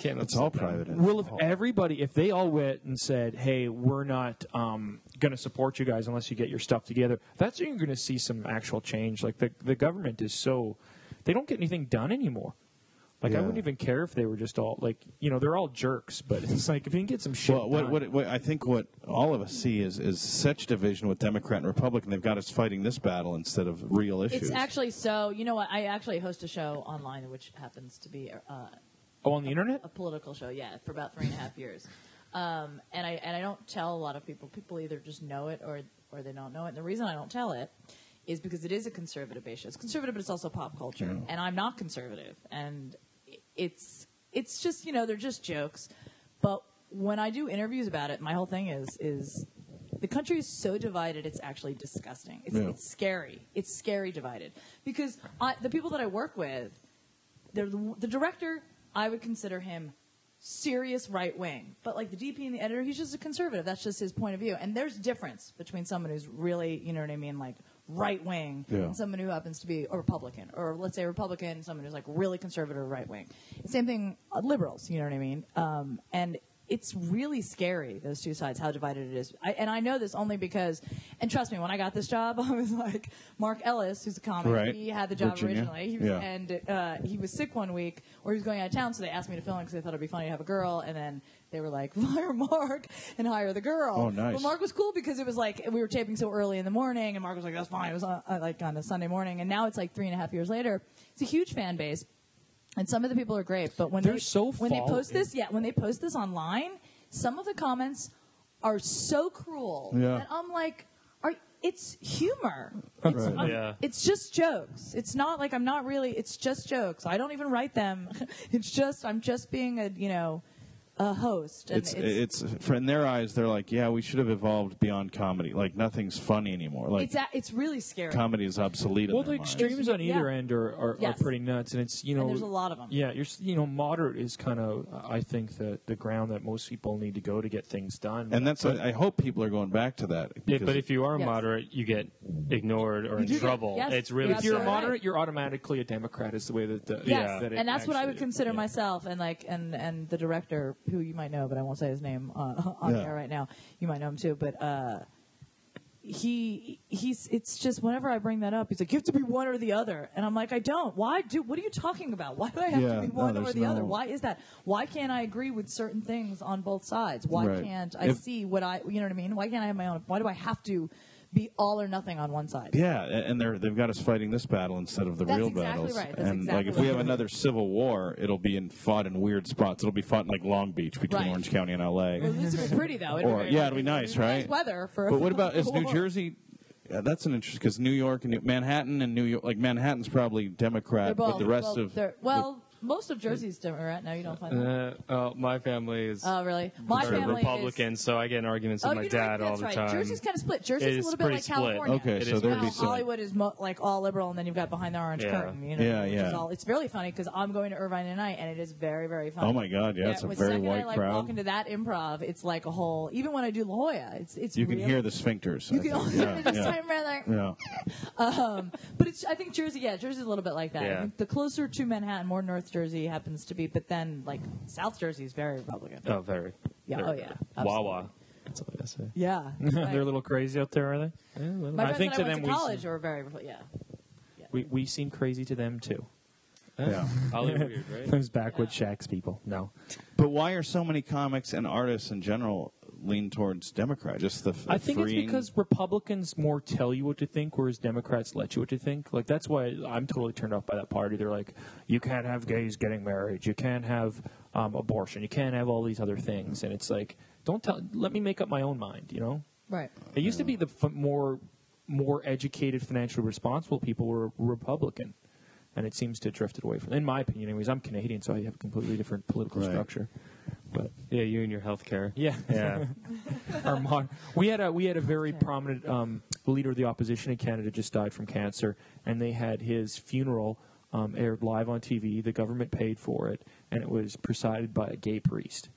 S4: can't.
S3: It's all
S4: upset them.
S3: private.
S1: Well, if everybody, if they all went and said, "Hey, we're not um, going to support you guys unless you get your stuff together," that's when you're going to see some actual change. Like the the government is so they don't get anything done anymore. Like I
S3: Yeah.
S1: wouldn't even care if they were just all like you know they're all jerks, but it's like if you can get some shit.
S3: Well, what,
S1: done-
S3: what, what I think what all of us see is is such division with Democrat and Republican. They've got us fighting this battle instead of real issues.
S2: It's actually so. You know what? I actually host a show online, which happens to be uh,
S1: oh on the internet?
S2: a political show, yeah, for about three and a half years. Um, and I and I don't tell a lot of people. People either just know it or or they don't know it. And the reason I don't tell it is because it is a conservative issue. It's conservative, but it's also pop culture. And I'm not conservative. And i- it's it's just you know they're just jokes. But when I do interviews about it, my whole thing is is the country is so divided. It's actually disgusting. It's,
S3: Yeah.
S2: it's scary. It's scary divided because I, the people that I work with they're the, the director i would consider him serious right wing but like the dp and the editor he's just a conservative that's just his point of view and there's difference between someone who's really you know what i mean like right wing
S3: Yeah.
S2: and someone who happens to be a republican or let's say a republican someone who's like really conservative or right wing same thing uh, liberals you know what i mean um, and it's really scary those two sides how divided it is I, and i know this only because and trust me when i got this job i was like mark ellis who's a comic
S3: Right.
S2: he had the job
S3: Virginia.
S2: originally he was,
S3: Yeah.
S2: and and uh, he was sick one week, or he was going out of town, so they asked me to fill in because they thought it'd be funny to have a girl. And then they were like, fire Mark and hire the girl.
S3: Oh, nice.
S2: Well, Mark was cool because it was like we were taping so early in the morning, and Mark was like, that's fine. It was on, uh, like on a Sunday morning, and now it's like three and a half years later. It's a huge fan base, and some of the people are great, but when
S1: They're
S2: they,
S1: so
S2: when they post
S1: following.
S2: this, yeah, when they post this online, some of the comments are so cruel
S3: Yeah.
S2: that I'm like. Are, it's humor. It's,
S3: Right.
S2: um,
S4: Yeah.
S2: it's just jokes. It's not like I'm not really. It's just jokes. I don't even write them. it's just I'm just being a you know a host. And
S3: it's, it's, for in their eyes, they're like, yeah, we should have evolved beyond comedy. Like nothing's funny anymore. Like
S2: it's, a- it's really scary.
S3: comedy is obsolete.
S1: Well,
S3: in their
S1: the
S3: minds.
S1: extremes on either
S2: Yeah.
S1: end are, are,
S2: Yes.
S1: are pretty nuts, and it's you know
S2: And there's a lot of 'em.
S1: Yeah, you're s- you know moderate is kind of I think the the ground that most people need to go to get things done.
S3: and that's I hope people are going back to that.
S4: Yeah,
S3: because
S4: but if you are
S2: Yes.
S4: moderate, you get ignored or in
S2: do get-
S4: trouble.
S2: yes,
S4: It's really
S2: you're
S1: if you're a
S2: absolutely
S4: sad.
S1: moderate, you're automatically a Democrat. Is the way that the,
S2: Yes,
S4: Yeah.
S1: that it
S2: and that's what I
S1: actually-
S2: would consider
S1: yeah.
S2: myself, and like, and and the director, who you might know, but I won't say his name uh, on
S3: Yeah.
S2: air right now. You might know him too, but uh, he he's. It's just whenever I bring that up, he's like, "You have to be one or the other," and I'm like, "I don't. Why do? What are you talking about? Why do I have
S3: Yeah,
S2: to be
S3: no,
S2: one or
S3: there's
S2: the other?
S3: no-
S2: Why is that? Why can't I agree with certain things on both sides? Why
S3: Right.
S2: can't I
S3: If-
S2: see what I? You know what I mean? Why can't I have my own? Why do I have to be all or nothing on one side?
S3: Yeah, a- and they're they've got us fighting this battle instead of the
S2: That's
S3: real
S2: exactly
S3: battles.
S2: right. That's
S3: and like
S2: exactly
S3: if we have
S2: right.
S3: another civil war, it'll be in fought in weird spots. It'll be fought in like Long Beach between
S2: Right.
S3: Orange County and L.A.
S2: At least it'd be pretty though.
S3: Or-
S2: very-
S3: yeah, it'd be nice, right?
S2: weather for. a
S3: But what about is New
S2: war.
S3: Jersey? Yeah, that's an interesting because New York and New, Manhattan and New York, like Manhattan's probably
S2: They're
S3: Democrat, but
S2: both-
S3: the rest
S2: well,
S3: of
S2: they're- well, most of Jersey's Democrat. No, you don't find that.
S4: Uh, oh, my family is
S2: Oh, really? My
S4: very
S2: family
S4: Republican,
S2: Is,
S4: so I get in arguments
S2: oh,
S4: with
S2: you
S4: my
S2: know what?
S4: dad all
S2: That's
S4: the
S2: right.
S4: time.
S2: Jersey's kind of split. Jersey's
S4: It
S2: a
S4: is
S2: little bit like
S4: pretty split.
S2: California.
S3: okay,
S4: It
S3: so
S4: is
S3: there'd
S4: now
S3: be
S2: Well,
S3: some.
S2: Hollywood is mo- like all liberal, and then you've got behind the orange
S4: Yeah.
S2: curtain. You know,
S3: Yeah,
S2: which
S3: yeah.
S2: Is all, it's really funny because I'm going to Irvine tonight, and it is very, very funny.
S3: Oh my God, yeah, it's a
S2: the
S3: very
S2: second I,
S3: white
S2: like,
S3: crowd.
S2: Walk into that improv, it's like a whole. Even when I do La Jolla, it's it's
S3: you can
S2: really-
S3: hear the sphincters.
S2: You can
S3: I think.
S2: only
S3: yeah,
S2: just
S3: yeah.
S2: time around like,
S3: Yeah.
S2: But it's I think Jersey, yeah, Jersey's a little bit like that. I
S4: Yeah.
S2: think the closer to Manhattan, more North Jersey happens to be, but then like South Jersey is very Republican.
S4: oh, very.
S2: Yeah,
S4: very
S2: oh, yeah,
S4: Wawa. That's all I gotta say.
S2: Yeah.
S1: They're a little crazy out there, are they?
S4: Yeah, well,
S2: My
S1: I
S2: friends
S1: think
S2: that
S1: to
S2: I
S1: them
S2: went
S1: we
S2: to college were very, yeah.
S1: We we seem crazy to them too.
S3: Yeah.
S4: Ollie weird, right?
S1: Those backwoods shacks people. No,
S3: But why are so many comics and artists in general lean towards Democrat? Just the, the
S1: I think it's
S3: freeing-
S1: because Republicans more tell you what to think, whereas Democrats let you what to think. Like that's why I'm totally turned off by that party. They're like, you can't have gays getting married, you can't have um, abortion, you can't have all these other things, and it's like, don't tell. Let me make up my own mind. You know,
S2: Right.
S1: it used to be the f- more more educated, financially responsible people were Republican. And it seems to have drifted away from. In my opinion, anyways, I'm Canadian, so I have a completely different political
S3: Right.
S1: structure. But
S4: Yeah, you and your healthcare.
S1: yeah,
S4: Yeah.
S1: our mon- we had a we had a very
S2: Okay.
S1: prominent um, leader of the opposition in Canada just died from cancer, and they had his funeral um, aired live on TV. The government paid for it, and it was presided by a gay priest.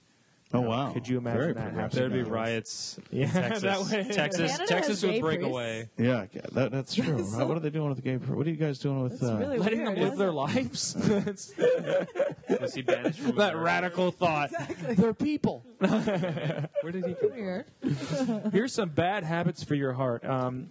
S3: Oh wow!
S1: Could you imagine
S3: Very
S1: that happening?
S3: progressive.
S4: There'd be
S3: Yeah.
S4: riots
S1: Yeah,
S4: in Texas.
S1: that way.
S4: Texas,
S2: Canada has
S4: Texas
S2: gay
S4: would break
S2: priests.
S4: away.
S3: Yeah, that, that's true. Right? What are they doing with the gay? Pro- what are you guys doing with?
S2: That's
S3: uh,
S2: really
S1: Letting
S2: weird,
S1: them live
S2: isn't
S1: their
S2: it?
S1: lives.
S4: Was he banished from
S1: that
S4: America?
S1: radical thought. They're people.
S4: Where did he come from?
S2: Weird.
S1: Here's some bad habits for your heart. Um,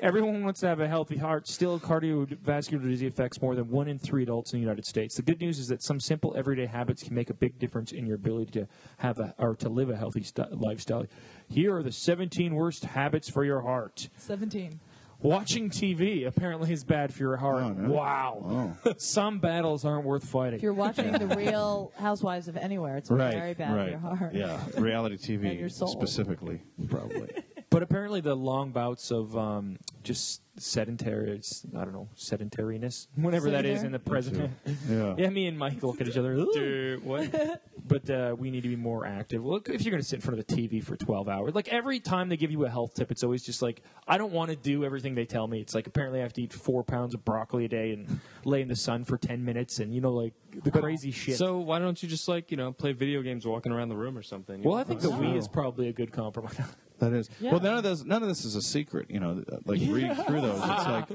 S1: everyone wants to have a healthy heart. Still, cardiovascular disease affects more than one in three adults in the United States. The good news is that some simple everyday habits can make a big difference in your ability to have a, or to live a healthy st- lifestyle. Here are the 17 worst habits for your heart.
S2: 17.
S1: Watching TV apparently is bad for your heart.
S3: Oh, no.
S1: Wow.
S3: oh,
S1: some battles aren't worth fighting.
S2: If you're watching The Real Housewives of Anywhere, it's
S3: right,
S2: very bad
S3: right.
S2: for your heart.
S3: Yeah, reality TV
S2: And your soul.
S3: specifically, probably.
S1: But apparently, the long bouts of um, just sedentary, it's- I don't know, sedentariness, whatever that is in the present.
S3: yeah.
S1: yeah, me and Mike look at each other. "Ooh."
S4: Dude, what?
S1: But uh, we need to be more active. Look, if you're going to sit in front of the TV for 12 hours, like every time they give you a health tip, it's always just like, I don't want to do everything they tell me. It's like, apparently, I have to eat four pounds of broccoli a day and lay in the sun for 10 minutes and, you know, like the crazy shit.
S4: So why don't you just like you know play video games walking around the room or something? you
S1: well,
S4: know?
S1: I think the
S3: Wow.
S1: Wii is probably a good compromise.
S3: That is
S2: Yeah.
S3: well. None of those. None of this is a secret. You know, like reading through those. It's like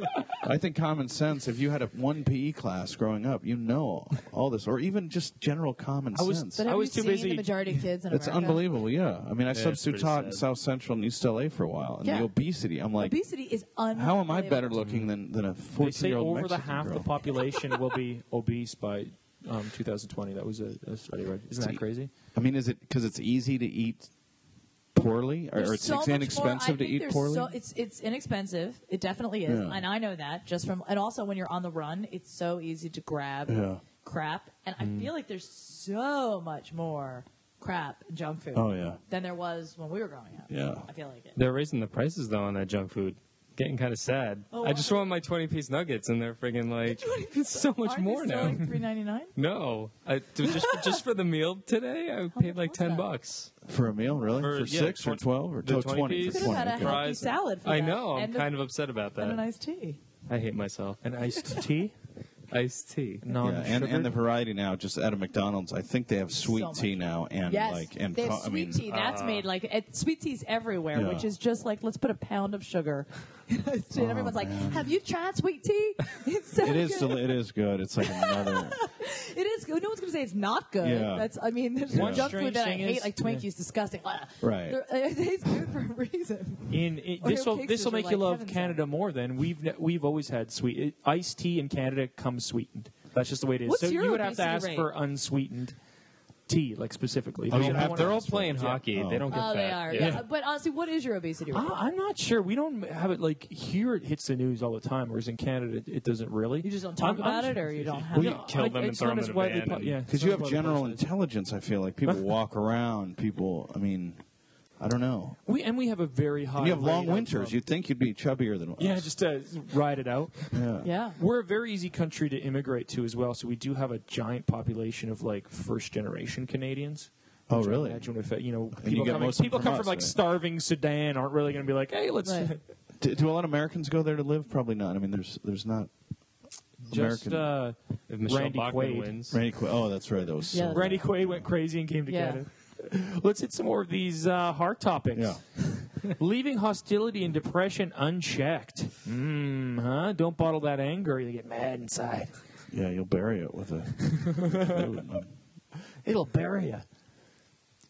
S3: I think common sense. If you had a one PE class growing up, you know all this, or even just general common
S1: I was-
S3: sense.
S2: But have
S1: I was
S2: you
S1: too
S2: seen
S1: busy-
S2: the majority of kids in
S3: it's
S2: America?
S3: unbelievable. Yeah, I mean, I
S4: it's
S3: substitute
S4: pretty
S3: taught in
S4: sad.
S3: South Central and East LA for a while, and
S2: Yeah.
S3: the obesity. I'm like,
S2: Obesity is unbelievable.
S3: how am I better looking than than a
S1: They
S3: 14
S1: say
S3: year old
S1: over
S3: Mexican
S1: the half
S3: girl?
S1: the population will be obese by um, 2020. That was a, a study, right? Isn't that
S3: See,
S1: crazy?
S3: I mean, is it because it's easy to eat poorly, or, or
S2: There's
S3: it's
S2: so
S3: ex-
S2: much more, I
S3: inexpensive to
S2: think
S3: eat
S2: there's
S3: poorly?
S2: So, it's it's inexpensive. It definitely is,
S3: Yeah.
S2: and I know that just from. And also, when you're on the run, it's so easy to grab
S3: Yeah. Mm.
S2: crap. And I feel like there's so much more crap and junk food.
S3: Oh, yeah.
S2: than there was when we were growing up.
S3: Yeah.
S2: I feel like it.
S4: They're raising the prices though on that junk food. Getting kind of sad.
S2: Oh,
S4: I just
S2: wow.
S4: want my twenty-piece nuggets, and they're friggin' like it's so much
S2: Aren't
S4: more
S2: they
S4: now.
S2: still Like Three ninety nine.
S4: No, I, dude, just just for the meal today, I paid
S2: much
S4: like
S2: was
S4: ten
S2: that?
S4: bucks.
S3: for a meal, really? For,
S4: For- yeah,
S3: six or
S4: 20
S3: twelve or
S4: the
S3: no,
S4: 20
S3: twenty?
S4: piece.
S3: For
S2: Could have had a
S3: 20, okay.
S2: healthy salad. For
S4: I
S2: that.
S4: know. I'm
S2: and a-
S4: kind of upset about
S2: and an
S4: that.
S2: iced tea.
S4: I hate myself.
S1: An iced tea,
S4: Iced tea.
S1: non
S3: Yeah, and, and the variety now, just at a McDonald's, I think they have sweet
S2: much.
S3: tea now, and
S2: Yes,
S3: like and
S2: they have
S3: co-
S2: sweet
S3: I mean, uh,
S2: tea. That's made like it, sweet tea's everywhere,
S3: Yeah. Oh,
S2: which is just like let's put a pound of sugar. and everyone's like,
S3: man.
S2: "Have you tried sweet tea?" It's so
S3: it is
S2: Good.
S3: deli- it is good. It's like another.
S2: it is good. No one's gonna say it's not good.
S3: Yeah.
S2: That's I mean, there's
S1: One
S2: junk
S1: strange
S2: food that I
S1: thing
S2: hate,
S1: is-
S2: like Twinkies, disgusting. Ugh.
S3: Right.
S2: They're- uh, It tastes good for a reason.
S1: In, in
S2: Oreo
S1: this will
S2: cakes
S1: this will
S2: are
S1: make
S2: like
S1: you love
S2: heaven
S1: Canada more than we've ne- we've always had sweet it, iced tea in Canada comes sweetened. That's just the way it is.
S2: What's
S1: so
S2: your
S1: you would have to
S2: obesity
S1: ask
S2: rate?
S1: for unsweetened tea, like specifically.
S3: Oh,
S1: If
S3: you
S1: don't
S3: have
S1: want
S3: to-
S1: it-
S4: They're all playing
S1: Yeah.
S4: hockey.
S3: Oh.
S4: They don't get
S2: Oh,
S4: fat.
S2: they are. Yeah. But honestly, what is your obesity
S3: Ah.
S2: rate?
S1: I, Ah, I'm not sure. We don't have it like here. It hits the news all the time, whereas in Canada it, it doesn't really.
S2: you just don't talk
S1: I'm- I'm
S2: about
S1: just-
S2: it, or you don't have.
S4: We-
S2: it?
S4: kill them and
S1: it's
S4: throw
S1: not
S4: them
S1: as
S4: in a
S1: widely
S4: van
S1: po-
S4: and-
S1: yeah,
S3: Because
S1: it's
S3: you
S1: not
S3: have
S1: as widely
S3: general
S1: publicized.
S3: intelligence, I feel like people walk around. People, I mean, I don't know.
S1: We and we have a very high.
S3: And you have long
S1: rate
S2: uh,
S1: of,
S3: winters.
S1: um,
S3: You'd think you'd be chubbier than us.
S1: yeah, just to ride it out.
S2: Yeah.
S1: We're a very easy country to immigrate to as well, so we do have a giant population of like first generation Canadians.
S3: Oh,
S1: which I
S3: really?
S1: imagine would affect- you know,
S3: you
S1: people
S3: get
S1: coming,
S3: most of
S1: people
S3: them
S1: come from
S3: from us,
S1: like
S3: right?
S1: starving Sudan aren't really going to be like, hey, let's
S2: Right.
S3: do, do a lot of Americans go there to live? Probably not. I mean, there's there's not
S1: just
S3: American.
S1: uh,
S4: If Michelle
S1: Randy
S4: Bachman
S1: Quaid.
S4: wins,
S3: Randy Qu- oh, that's right. That was
S2: Yeah.
S3: so
S1: Randy Quaid went crazy and came to
S2: Yeah.
S1: Canada. Let's hit some more of these uh, hard topics.
S3: Yeah.
S1: Leaving hostility and depression unchecked. Mm, huh? Don't bottle that anger; you get mad inside.
S3: Yeah, you'll bury it with a.
S1: It'll bury you.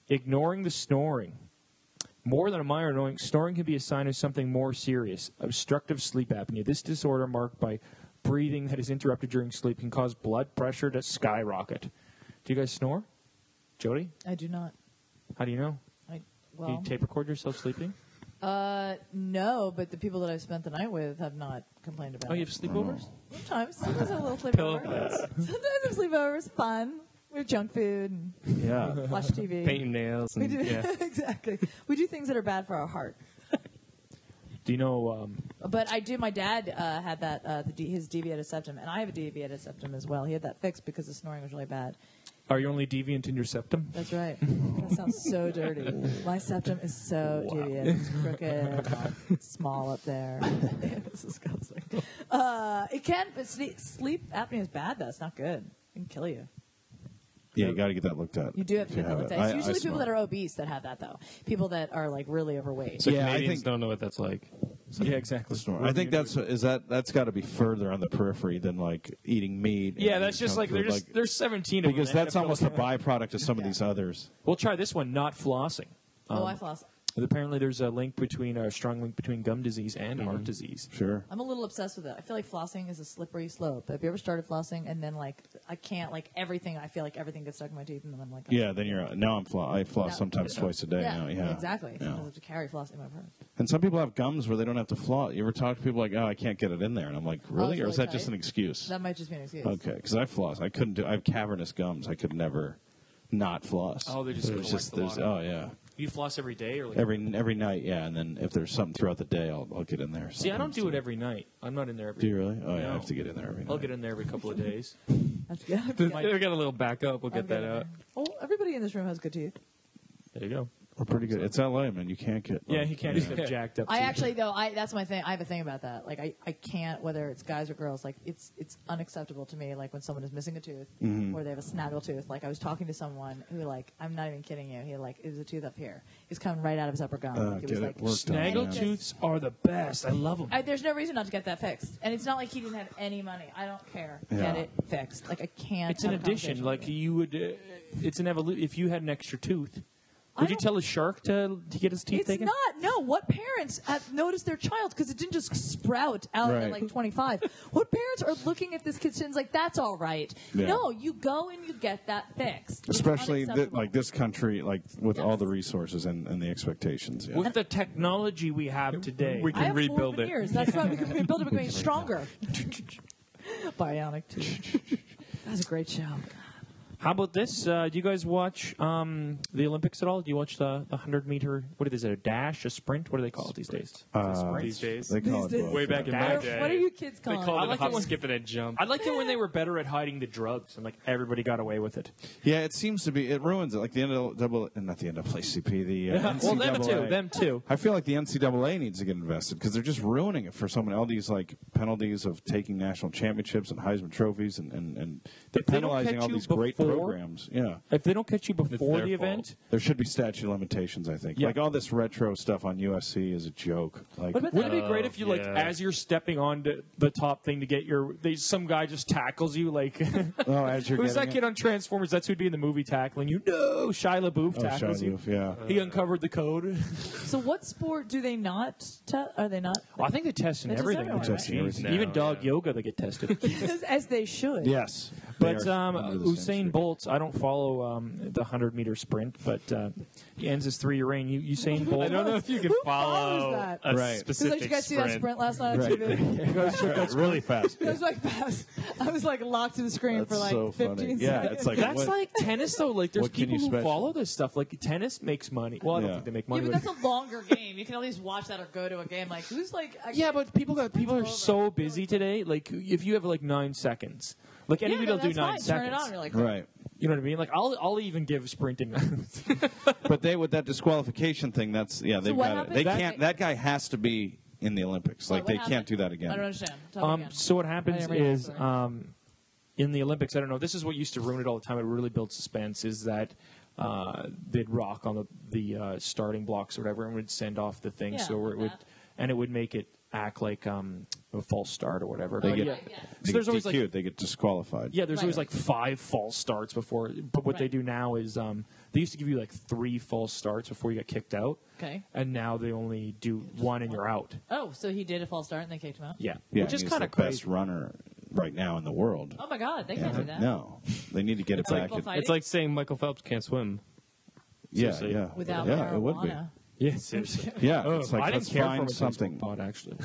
S1: Ignoring the snoring. More than a minor annoying, snoring can be a sign of something more serious obstructive sleep apnea. This disorder, marked by breathing that is interrupted during sleep, can cause blood pressure to skyrocket. Do you guys snore? Jody,
S2: I do not.
S1: how do you know?
S2: I
S1: do
S2: well,
S1: you tape record yourself sleeping?
S2: uh, no, but the people that I've spent the night with have not complained about.
S1: Oh,
S2: it.
S1: you have sleepovers?
S2: Sometimes, sometimes I have a little
S4: Pillow
S2: sleepover. sometimes I have sleepovers, fun. We have junk food and
S3: Yeah.
S2: watch TV.
S4: Paint your nails.
S2: we
S4: And,
S2: do
S4: yeah.
S2: exactly. We do things that are bad for our heart.
S1: Do you know? Um,
S2: But I do. My dad uh, had that uh, the, de- his deviated septum, and I have a deviated septum as well. He had that fixed because the snoring was really bad.
S1: are you only deviant in your septum?
S2: That's right. that sounds so dirty. My septum is so deviated. It's crooked, all small up there. it's disgusting. Uh, it can, but sleep, sleep apnea is bad. That's not good. It can kill you.
S3: Yeah, you got to get that looked at.
S2: You do have to
S3: if you
S2: get that.
S3: it.
S2: looked at. It's
S3: I- I
S2: usually people
S3: snore.
S2: that are obese that have that, though. People that are like really overweight.
S4: So
S3: Yeah, I
S4: Canadians
S3: think-
S4: don't know what that's like.
S1: yeah, exactly.
S3: Snore. I think that's is that that's got to be further on the periphery than like eating meat. and
S1: Yeah, that's just like
S3: junk
S1: they're
S3: food,
S1: just there's 17 of them.
S3: because
S1: They
S3: that's
S1: have to-
S3: almost a byproduct of some of these others.
S1: We'll try this one. Not flossing.
S2: oh,
S1: Um,
S2: I floss.
S1: Apparently, there's a link between a strong link between gum disease and heart disease.
S3: Sure.
S2: I'm a little obsessed with it. I feel like flossing is a slippery slope. Have you ever started flossing and then like I can't like everything? I feel like everything gets stuck in my teeth, and then I'm like, oh,
S3: Yeah. Then you're now I'm flo- I floss
S2: Yeah.
S3: sometimes twice a day.
S2: yeah,
S3: now, yeah.
S2: exactly.
S3: Yeah.
S2: Sometimes I have to carry floss in my purse.
S3: And some people have gums where they don't have to floss. You ever talk to people like, oh, I can't get it in there, and I'm
S1: Oh,
S3: like, really,
S2: it's
S3: or is
S2: really
S3: that just
S2: tight.
S3: an excuse?
S2: That might just be an excuse.
S3: Okay, because I floss. I couldn't do. I have cavernous gums. I could never not floss.
S1: Oh, they just
S3: There's
S1: collect the
S3: there's-
S1: water.
S3: oh yeah.
S1: You floss every day, or like
S3: Every every night, yeah. And then if there's something throughout the day, I'll I'll get in there.
S1: See, I don't
S3: sometimes,
S1: do it
S3: too.
S1: every night. I'm not in there every.
S3: Do you really? Oh yeah,
S1: No.
S3: I have to get in there every night.
S1: I'll get in there every couple of days.
S2: That's good.
S4: We
S2: I'll
S4: got a little backup. We'll get that
S2: it.
S4: out.
S2: Well, everybody in this room has good teeth.
S1: There you go.
S3: We're pretty good. It's LA, man. You can't get.
S1: Yeah, he can't just have jacked up.
S2: I
S1: teeth.
S2: actually though I that's my thing. I have a thing about that. Like I, I can't whether it's guys or girls. Like it's it's unacceptable to me. Like when someone is missing a tooth
S3: Mm-hmm.
S2: or they have a snaggle tooth. Like I was talking to someone who like I'm not even kidding you. He had, like it was a tooth up here. He's coming right out of his upper gum.
S3: Uh,
S2: like, it
S3: get
S2: was
S3: it
S2: like
S3: worked on, man.
S1: Snaggletooths are the best. I love them.
S2: I, there's no reason not to get that fixed. And it's not like he didn't have any money. I don't care. Get
S3: Yeah.
S2: it fixed. Like I can't.
S1: it's an
S2: have a
S1: addition.
S2: conversation
S1: Like
S2: with you.
S1: you would, uh, it's an evolution. If you had an extra tooth,
S2: I
S1: would you
S2: don't-
S1: tell a shark to to get his teeth
S2: It's
S1: taken?
S2: not. No, what parents have noticed their child because it didn't just sprout out at
S3: Right.
S2: like 25. What parents are looking at this kid's chins like that's all right.
S3: Yeah.
S2: No, you go and you get that fixed. It's
S3: Especially thi-
S2: unacceptable.
S3: like this country, like with all the resources and, and the expectations. Yeah.
S1: With the technology we have today,
S4: We
S2: I
S4: can
S2: have four
S4: rebuild it.
S2: veneers. That's right. We can rebuild it. We're going stronger. Bionic too. That's a great show.
S1: How about this? Uh, do you guys watch um, the Olympics at all? Do you watch the, the 100 meter? What is it? A dash? A sprint? What do they call it these days?
S4: These days.
S3: Uh, They call
S2: These
S3: it
S2: days.
S3: both,
S4: Way
S3: yeah.
S4: back in my
S1: Dash.
S4: day.
S2: What are you kids
S4: They
S2: calling? it?
S4: called
S1: I
S4: it
S1: like
S4: a
S1: it
S4: hop,
S1: when-
S4: skip, and a jump.
S1: I liked it when they were better at hiding the drugs and like everybody got away with it.
S3: Yeah, it seems to be. It ruins it. Like the NL double, not the NAACP. The uh,
S1: well, them too.
S3: NCAA.
S1: Them too.
S3: I feel like the NCAA needs to get invested because they're just ruining it for someone. All these like penalties of taking national championships and Heisman trophies, and and, and they're
S1: If they don't
S3: penalizing
S1: catch
S3: all
S1: you
S3: these great
S1: before-
S3: programs. Yeah,
S1: If they don't catch you before
S4: their
S1: the
S4: fault.
S1: event,
S3: there should be statute limitations. I think.
S1: Yeah.
S3: Like all this retro stuff on USC is a joke. Like
S1: But wouldn't it be great if you like
S4: Uh, yeah.
S1: as you're stepping onto the top thing to get your they, some guy just tackles you like
S3: oh, as you're
S1: who's that
S3: getting
S1: kid
S3: it.
S1: on Transformers? That's who'd be in the movie tackling you. No, Shia LaBeouf
S3: Oh, Shia
S1: tackles you.
S3: LaBeouf, yeah.
S1: He uncovered the code.
S2: So what sport do they not? Te- are they not?
S1: I think they test in
S2: They test
S1: everything.
S2: everyone,
S3: Test in right? everything.
S1: Even
S4: No,
S1: dog
S4: yeah.
S1: yoga they get tested.
S2: As they should.
S3: Yes, They
S1: But
S3: are
S1: um,
S3: under the same
S1: Usain
S3: streak.
S1: Bolt, I don't follow um, the 100 meter sprint, but uh, he ends his three year reign. U- Usain Bolt.
S4: I don't know if you can
S2: Who follows
S4: follow
S2: that?
S4: a
S3: Right.
S2: Because
S4: specific
S2: like, did you guys see
S4: sprint.
S2: that sprint last night on
S3: Right.
S2: TV?
S3: That's really fast.
S2: It was like fast. I was like locked to the screen for
S3: That's
S2: like
S3: so
S2: 15
S3: funny.
S2: seconds.
S3: Yeah, it's like
S1: That's
S3: what-
S1: like tennis, though. Like, there's
S3: What can
S1: people
S3: you
S1: who
S3: special-
S1: follow this stuff. Like, tennis makes money. Well, I don't
S3: Yeah.
S1: think they make
S2: yeah,
S1: money.
S2: but
S1: with
S2: that's a longer game. You can at least watch that or go to a game. Like who's like? I-
S1: Yeah, but people got people are
S2: Over.
S1: so busy today. Like if you have like nine seconds, like
S2: yeah,
S1: anybody
S2: no,
S1: will do
S2: that's
S1: nine
S2: fine.
S1: seconds.
S2: Turn it on really quick.
S3: right.
S1: You know what I mean? Like I'll I'll even give sprinting.
S3: But they with that disqualification thing, that's yeah, they've
S2: what
S3: got it.
S2: happens
S3: They
S2: if
S3: can't.
S2: they-
S3: That guy has to be in the Olympics. Like
S2: What
S3: they
S2: happened?
S3: can't do that again.
S2: I don't understand. Tell me
S1: um,
S2: again.
S1: so what happens
S2: I didn't read
S1: is
S2: that.
S1: um, in the Olympics, I don't know. This is what used to ruin it all the time. It really built suspense. Is that uh, they'd rock on the the uh, starting blocks or whatever, and would send off the thing.
S2: Yeah,
S1: so it would
S2: that.
S1: and it would make it act like um, a false start or whatever.
S3: They
S1: But
S3: get
S1: yeah.
S3: they
S1: So there's
S3: get
S1: always
S3: DQ'd.
S1: like
S3: they get disqualified.
S1: yeah, there's
S2: Right.
S1: always like five false starts before. But what they
S2: Right.
S1: do now is um, they used to give you like three false starts before you got kicked out,
S2: Okay.
S1: and now they only do one and you're out.
S2: Oh, so he did a false start and they kicked him out.
S1: Yeah,
S3: yeah.
S1: which is
S3: and he's
S1: kind
S3: the
S1: of crazy.
S3: best runner right now in the world.
S2: Oh my God, they can't do that.
S3: No, they need to get it
S2: like
S3: back.
S2: people
S3: in-
S2: fight-
S4: It's like saying Michael Phelps can't swim.
S3: yeah,
S4: seriously.
S3: yeah,
S2: Without
S3: yeah.
S2: marijuana.
S3: It would be.
S1: Yeah, seriously.
S3: Yeah,
S1: Oh,
S3: it's like
S1: I
S3: let's
S1: didn't care for him
S3: find
S1: until he smoked
S3: something.
S1: pot, actually.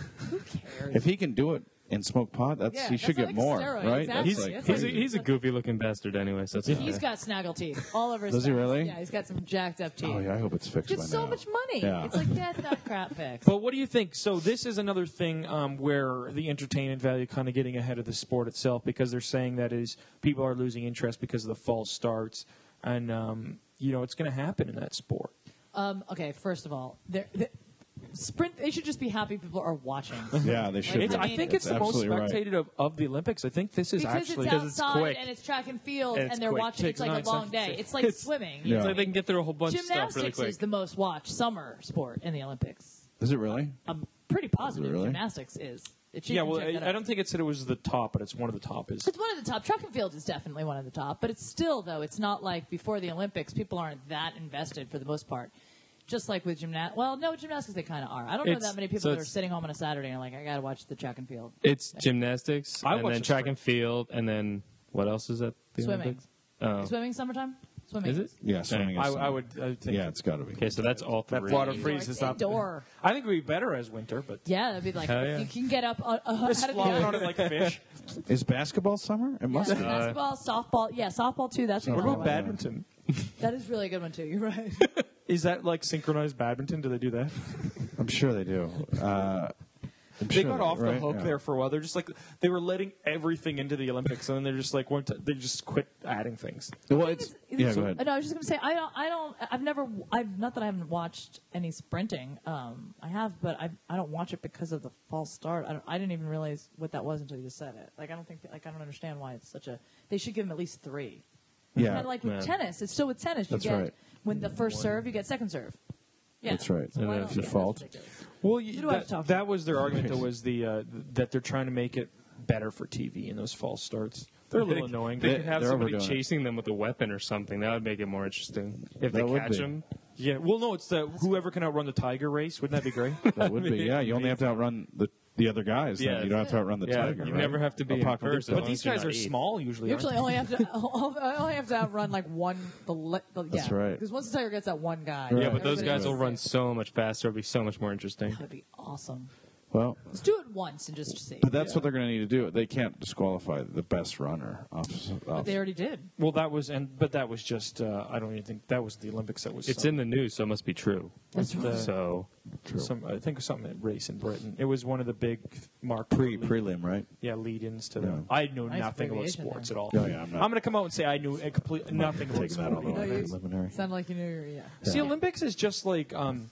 S3: If he can do it and smoke pot, that's
S2: Yeah,
S3: he
S2: that's
S3: should get
S2: like a
S3: more,
S2: steroid,
S3: right?
S2: exactly.
S3: That's like
S2: That's
S4: He's a,
S3: crazy.
S4: he's a goofy looking bastard anyway, so it's
S2: He's
S4: okay.
S2: got snaggle teeth all over his
S3: Does he
S2: face.
S3: really?
S2: Yeah, he's got some jacked up teeth.
S3: Oh yeah, I hope it's fixed by
S2: Gets so
S3: now.
S2: much money.
S3: Yeah.
S2: It's like get that crap fixed.
S1: But what do you think? So this is another thing um, where the entertainment value kind of getting ahead of the sport itself because they're saying that is people are losing interest because of the false starts, and um, you know it's going to happen in that sport.
S2: Um, okay, first of all, there. there- Sprint. They should just be happy people are watching.
S3: Yeah, they should.
S1: It's,
S3: be.
S1: I think it's, the most
S3: absolutely right.
S1: spectated of, of the Olympics. I think this is
S2: because
S1: actually
S2: it's
S4: Because it's
S2: outside
S4: quick.
S2: and it's track and field,
S4: And
S2: and,
S4: it's
S2: they're
S4: quick.
S2: watching. It's
S4: Takes
S2: like
S4: nine
S2: a long
S4: seconds.
S2: day. It's like
S4: It's-
S2: swimming.
S3: Yeah.
S4: It's like they can get through a whole bunch of stuff really
S2: Gymnastics
S4: quick.
S2: is the most watched summer sport in the Olympics.
S3: Is it really?
S2: I'm pretty positive
S3: Really?
S2: gymnastics is. It should
S1: yeah.
S2: be
S1: Well,
S2: checked that
S1: I, I
S2: out.
S1: don't think it said it was the top, but it's one of the top. Is
S2: It's one of the top. Track and field is definitely one of the top, but it's still though. It's not like before the Olympics, people aren't that invested for the most part. Just like with gymnastics. Well, no, gymnastics they kind of are. I don't know
S4: It's-
S2: that many people
S4: so
S2: that are
S4: it's-
S2: sitting home on a Saturday and like, I gotta watch the track and field.
S4: It's gymnastics,
S1: I
S4: and
S1: watch
S4: then
S1: a
S4: track
S1: sprint.
S4: and field, and then what else is at the
S2: Swimming.
S4: Olympics? Oh.
S2: Swimming summertime. Swimming.
S4: Is it?
S3: Yeah, swimming.
S1: I,
S3: is
S1: I would. I would think
S3: Yeah, it's got to be.
S4: Okay, so that's all three.
S1: that water
S2: Indoor,
S1: freeze is
S2: it's
S1: not.
S2: indoor.
S1: I think we'd be better as winter, but
S2: Yeah, that'd be like
S4: Hell yeah.
S2: you can get up uh, uh,
S1: just
S2: ahead of the
S1: flopping on
S2: others.
S1: it like fish.
S3: Is basketball summer? It
S2: Yeah,
S3: must
S1: Uh,
S3: be.
S2: basketball, softball. Yeah, softball too. That's a
S1: what
S2: good
S1: about
S2: one.
S1: badminton?
S2: That is really a good one too. You're right.
S1: Is that like synchronized badminton? Do they do that?
S3: I'm sure they do. Uh, I'm
S1: They
S3: sure
S1: got off the
S3: right?
S1: hook
S3: Yeah.
S1: there for a while. They're just like they were letting everything into the Olympics, and then they're just like one they just quit adding things.
S3: Well, it's yeah.
S2: So-
S3: Go ahead.
S2: Uh, No, I was just gonna say I don't. I don't. I've never. I've not that I haven't watched any sprinting. Um, I have, but I I don't watch it because of the false start. I don't, I didn't even realize what that was until you just said it. Like I don't think. Like I don't understand why it's such a. They should give him at least three.
S3: Yeah,
S2: Kind of like with
S4: Yeah.
S2: tennis. It's still with tennis. You
S3: That's
S2: get
S3: right.
S2: when the first serve, you get second serve. Yeah.
S3: That's right.
S2: So
S3: And
S2: why
S4: then
S2: not?
S4: if you
S2: That's
S3: fault-
S2: ridiculous.
S1: Well,
S2: You
S1: you,
S2: know what I'm
S1: that,
S2: talking
S1: that was their argument. That was the uh, that they're trying to make it better for TV and those false starts. They're a
S4: They,
S1: little annoying.
S4: they
S3: They-
S4: could have
S3: they're
S4: somebody
S3: overdoing it.
S4: chasing them with a weapon or something. That would make it more interesting. If
S3: That
S4: they
S3: would
S4: catch
S3: be.
S4: them,
S1: yeah. Well, no, it's the whoever can outrun the tiger race. Wouldn't that be great?
S3: that would be. Yeah, you only have to outrun the the other guys. then.
S4: Yeah.
S3: you don't have to outrun the
S4: Yeah,
S3: tiger.
S4: you
S3: right?
S4: never have to be in
S3: Apocalypse.
S4: first.
S1: but
S4: long
S1: these
S4: as you're
S1: guys
S4: not
S1: are
S4: eighth.
S1: small usually.
S2: You
S1: aren't
S2: actually only have to. I only have to outrun like one. The, le- the yeah.
S3: That's right.
S2: Because once the tiger gets that one guy.
S4: Yeah, but
S2: everybody
S4: those guys
S2: else
S4: will
S2: is
S4: run
S2: sick.
S4: so much faster. It'll be so much more interesting.
S2: That'd be awesome.
S3: Well,
S2: Let's do it once and just see.
S3: but that's what they're going to need to do. They can't disqualify the best runner off.
S2: But
S3: off-
S2: they already did.
S1: Well, that was and but that was just uh, I don't even think that was the Olympics. That was
S4: It's
S1: some,
S4: in the news, so it must be true.
S2: That's
S1: With, uh,
S2: right.
S4: So
S1: some I think something race in Britain. It was one of the big mark
S3: pre prelim, right?
S1: Yeah, lead-ins to
S3: Yeah.
S1: them. I knew
S2: Nice
S1: nothing about
S2: abbreviation
S1: sports
S2: there.
S1: at all.
S3: Oh, yeah, I'm not-
S1: going to come out and say I knew a complete, nothing about
S3: Taking that all
S1: sports.
S3: the way.
S2: No, you-
S3: Preliminary.
S2: Sound like you knew. you were- Yeah.
S1: See, Olympics is just like um,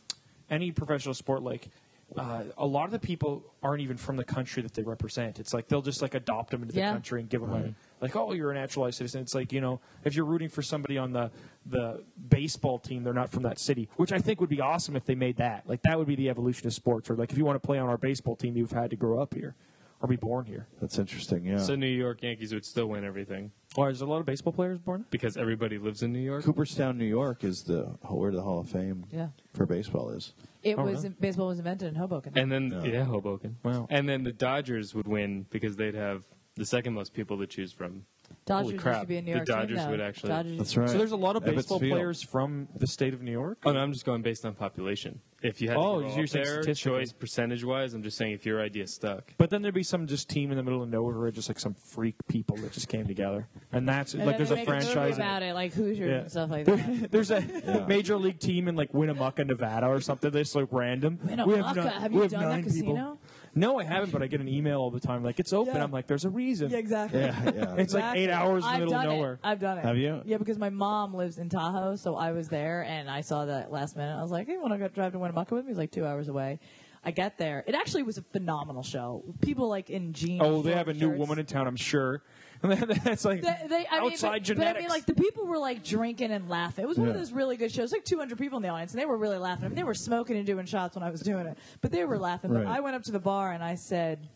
S1: any professional sport. Like uh, a lot of the people aren't even from the country that they represent. It's like they'll just like adopt them into the
S2: Yeah.
S1: country and give them a like, oh, you're a naturalized citizen. It's like you know, if you're rooting for somebody on the the baseball team, they're not from that city, which I think would be awesome if they made that. Like that would be the evolution of sports. Or like if you want to play on our baseball team, you've had to grow up here or be born here.
S3: That's interesting. Yeah.
S4: so New York Yankees would still win everything
S1: Or is there a lot of baseball players born?
S4: because everybody lives in New York.
S3: Cooperstown, New York, is the where the Hall of Fame
S2: Yeah.
S3: for baseball is.
S2: It
S1: Oh,
S2: was
S1: really?
S2: baseball was invented in Hoboken.
S4: And then
S3: No.
S4: yeah, Hoboken.
S1: Wow.
S4: And then the Dodgers would win because they'd have the second most people to choose from.
S2: Dodgers
S4: Holy
S2: used
S4: crap.
S2: to be a New
S4: The
S2: York team,
S4: Dodgers
S2: though.
S4: would actually-
S2: Dodgers-
S3: That's right.
S1: So there's a lot of
S3: Ebbets
S1: baseball
S3: Field.
S1: players from the state of New York.
S4: Oh, no, I'm just going based on population. If you had
S1: Oh,
S4: to go
S1: you're
S4: up
S1: saying
S4: there,
S1: statistically.
S4: choice percentage wise, I'm just saying if your idea stuck.
S1: But then there'd be some just team in the middle of nowhere, just like some freak people that just came together, and that's
S2: And
S1: like
S2: then
S1: there's
S2: they
S1: a
S2: make movie
S1: franchise.
S2: about it, like Hoosiers
S1: Yeah.
S2: and stuff like that.
S1: There's a major league team in like Winnemucca, Nevada, or something. They're just like random. we have,
S2: Winnemucca.
S1: no-
S2: Have
S1: we
S2: you
S1: have
S2: done that
S1: nine people.
S2: casino?
S1: No, I haven't, but I get an email all the time. Like it's open.
S2: Yeah.
S1: I'm like, there's a reason.
S2: exactly.
S3: yeah, yeah.
S1: It's like eight
S2: Exactly.
S1: hours in the
S2: I've
S1: middle of
S2: done it.
S1: nowhere.
S2: I've done it.
S3: Have you?
S2: Yeah, because my mom lives in Tahoe, so I was there and I saw that last minute. I was like, "Hey, want to go drive to Winnemucca with me?" It's like two hours away. I get there. It actually was a phenomenal show. People like in jeans.
S1: Oh, they have a
S2: short
S1: new
S2: shirts.
S1: woman in town, I'm sure. That's like
S2: They, they, I mean,
S1: outside
S2: but,
S1: genetics.
S2: But I mean, like the people were like drinking and laughing. It was one of
S3: Yeah.
S2: those really good shows. Like 200 people in the audience, and they were really laughing. I mean, they were smoking and doing shots when I was doing it, but they were laughing.
S3: Right.
S2: But I went up to the bar and I said,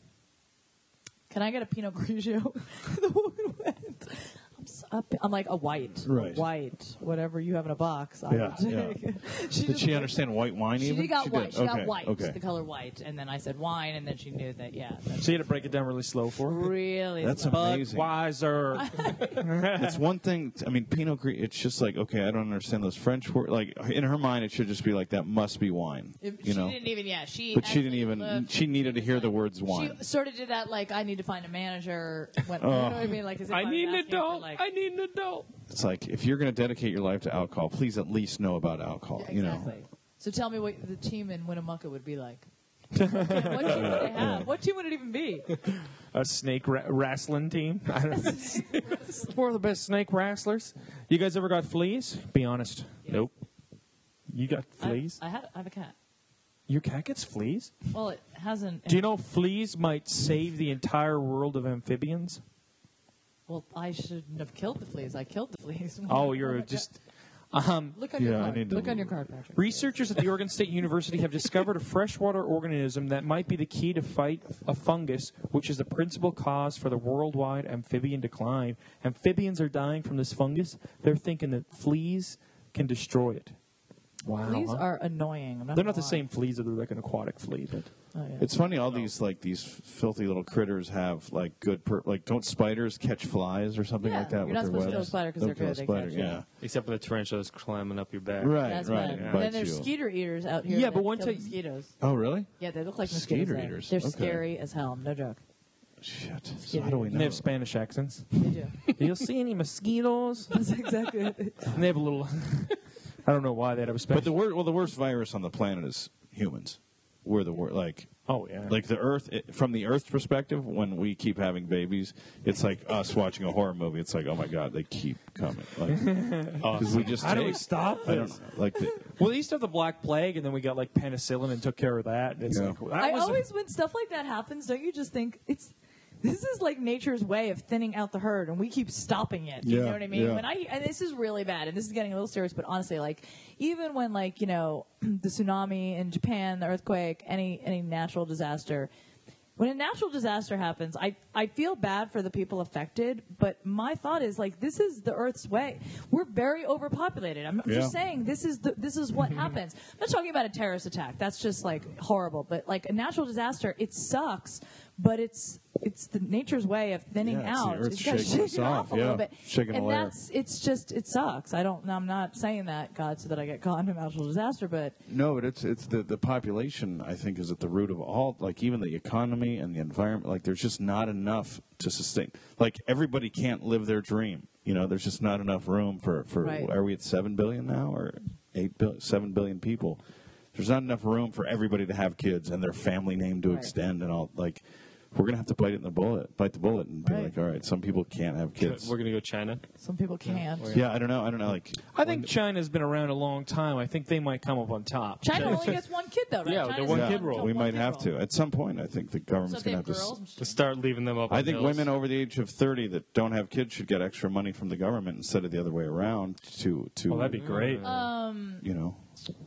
S2: "Can I get a Pinot Grigio?" the woman went. "I'm so- I'm like a white, a
S3: Right.
S2: white, whatever you have in a box. I
S3: Yeah,
S2: will take."
S3: yeah.
S2: she
S3: Did
S2: just
S3: she understand white wine
S2: She
S3: even?
S2: got white. She
S3: okay.
S2: got white,
S3: Okay.
S2: the color white, and then I said wine, and then she knew that. Yeah, that's
S1: so you had to break it down really slow for her.
S2: really.
S3: That's
S2: slow.
S3: amazing.
S1: Budweiser.
S3: It's one thing. I mean, Pinot Gris. It's just like okay, I don't understand those French words. Like in her mind, it should just be like that. Must be wine.
S2: If-
S3: you
S2: she
S3: know.
S2: didn't even. Yeah, she.
S3: but she didn't
S2: actually
S3: even.
S2: looked-
S3: she needed to hear the words wine.
S2: She sort of did that, like I need to find a manager. When, you know what I mean? Like, as if
S4: I
S2: was
S4: need an
S2: asking for,
S4: adult.
S2: like-
S4: I need an adult.
S3: it's like if you're going to dedicate your life to alcohol, please at least know about alcohol.
S2: exactly.
S3: You know.
S2: So tell me what the team in Winnemucca would be like. what team would they have? What team would it even be?
S1: a snake ra- wrestling team. I don't know. We're the best snake wrestlers. You guys ever got fleas? Be honest.
S2: Yes.
S1: Nope. You got
S2: I-
S1: fleas?
S2: I, had. I have a cat.
S1: Your cat gets fleas?
S2: Well, it hasn't.
S1: Do you know fleas might save the entire world of amphibians?
S2: Well, I shouldn't have killed the fleas. I killed the fleas.
S1: Oh, you're
S2: my God.
S1: just.
S2: Look on
S3: Yeah,
S2: your
S3: I
S2: card.
S3: need to-
S2: Look on your card, Patrick.
S1: Researchers at the Oregon State University have discovered a freshwater organism that might be the key to fight a fungus, which is the principal cause for the worldwide amphibian decline. Amphibians are dying from this fungus. They're thinking that fleas can destroy it. Wow.
S2: Fleas
S1: huh?
S3: Uh-huh.
S2: are annoying. I'm
S1: They're not
S2: gonna
S1: the
S2: lie.
S1: same fleas, they're like an aquatic flea. But
S2: Oh, yeah.
S3: It's funny all these like these filthy little critters have like good per- like don't spiders catch flies or something
S2: Yeah,
S3: like that
S2: you're
S3: with
S2: not
S3: their
S2: supposed to
S3: webs?
S2: kill a spider 'cause
S3: Don't
S2: they're
S3: kill a
S2: good, they
S3: spider,
S2: catch it.
S3: yeah.
S4: Except for the tarantulas climbing up your back.
S3: Right,
S2: That's bad.
S3: right. it
S2: And
S3: bites
S2: then there's
S3: you.
S2: skeeter eaters out here.
S1: Yeah, but
S2: that
S1: one
S2: kill
S1: time-
S2: mosquitoes.
S3: Oh really?
S2: Yeah, they look like
S3: Skeeter
S2: mosquitoes. there.
S3: eaters,
S2: They're
S3: okay.
S2: scary as hell. No joke.
S3: Shit. So
S2: Yeah.
S3: how do we
S1: and they
S3: know?
S1: have Spanish accents.
S2: They do.
S1: Do you see any mosquitoes?
S2: That's exactly. What they-
S1: And they have a little. I don't know why they have a Spanish.
S3: But the wor- well, the worst virus on the planet is humans. We're the worst. Like
S1: oh yeah.
S3: like the earth it, from the earth's perspective when we keep having babies it's like us watching a horror movie it's like oh my god they keep coming like 'cause we just
S1: how do we
S3: take-
S1: stop
S3: I don't
S1: this?
S3: know, like the,
S1: Well, they used to have the Black Plague, and then we got like penicillin and took care of that. And it's
S3: Yeah.
S1: like, well, that
S2: I
S1: was a-
S2: always, when stuff like that happens, don't you just think it's this is like nature's way of thinning out the herd, and we keep stopping it. You
S3: Yeah,
S2: know what I mean?
S3: yeah.
S2: When I and this is really bad, and this is getting a little serious, but honestly, like even when like you know the tsunami in Japan, the earthquake, any any natural disaster. When a natural disaster happens, I, I feel bad for the people affected, but my thought is like this is the Earth's way. We're very overpopulated. I'm
S3: Yeah.
S2: just saying saying this is the, this is what happens. I'm not talking about a terrorist attack. That's just like horrible. But like a natural disaster, it sucks. But it's it's the nature's way of thinning
S3: Yeah, it's the
S2: out.
S3: earth
S2: You gotta
S3: shaking
S2: shake
S3: us
S2: it off,
S3: off,
S2: a little
S3: yeah.
S2: bit.
S3: Shaking
S2: and
S3: a layer.
S2: that's it's just it sucks. I don't. I'm not saying that God so that I get caught in a natural disaster. But
S3: no but it's it's the, the population i think is at the root of all like even the economy and the environment like there's just not enough to sustain like everybody can't live their dream you know there's just not enough room for for
S2: Right.
S3: are we at 7 billion now or 8 billion 7 billion people there's not enough room for everybody to have kids and their family name to
S2: Right.
S3: extend and all like we're gonna have to bite it in the bullet bite the bullet and be
S2: Right.
S3: like all right some people can't have kids
S4: We're gonna go China.
S2: some people can't.
S3: yeah i don't know i don't know like
S1: I think China's been around a long time. I think they might come up on top.
S2: China only gets one kid though, right?
S4: Yeah, the
S2: China's
S4: one
S2: allowed
S4: kid
S2: to
S4: rule.
S2: kill
S3: we
S2: one
S3: might
S2: kid
S3: have
S2: rule.
S3: to at some point i think the
S2: So
S3: government's
S2: if they
S3: gonna
S2: have
S3: have to s-
S2: girls.
S4: Let's start leaving them up.
S3: I
S4: on
S3: think
S4: hills.
S3: women over the age of 30 that don't have kids should get extra money from the government instead of the other way around to to
S1: Well, that'd be great.
S3: you know.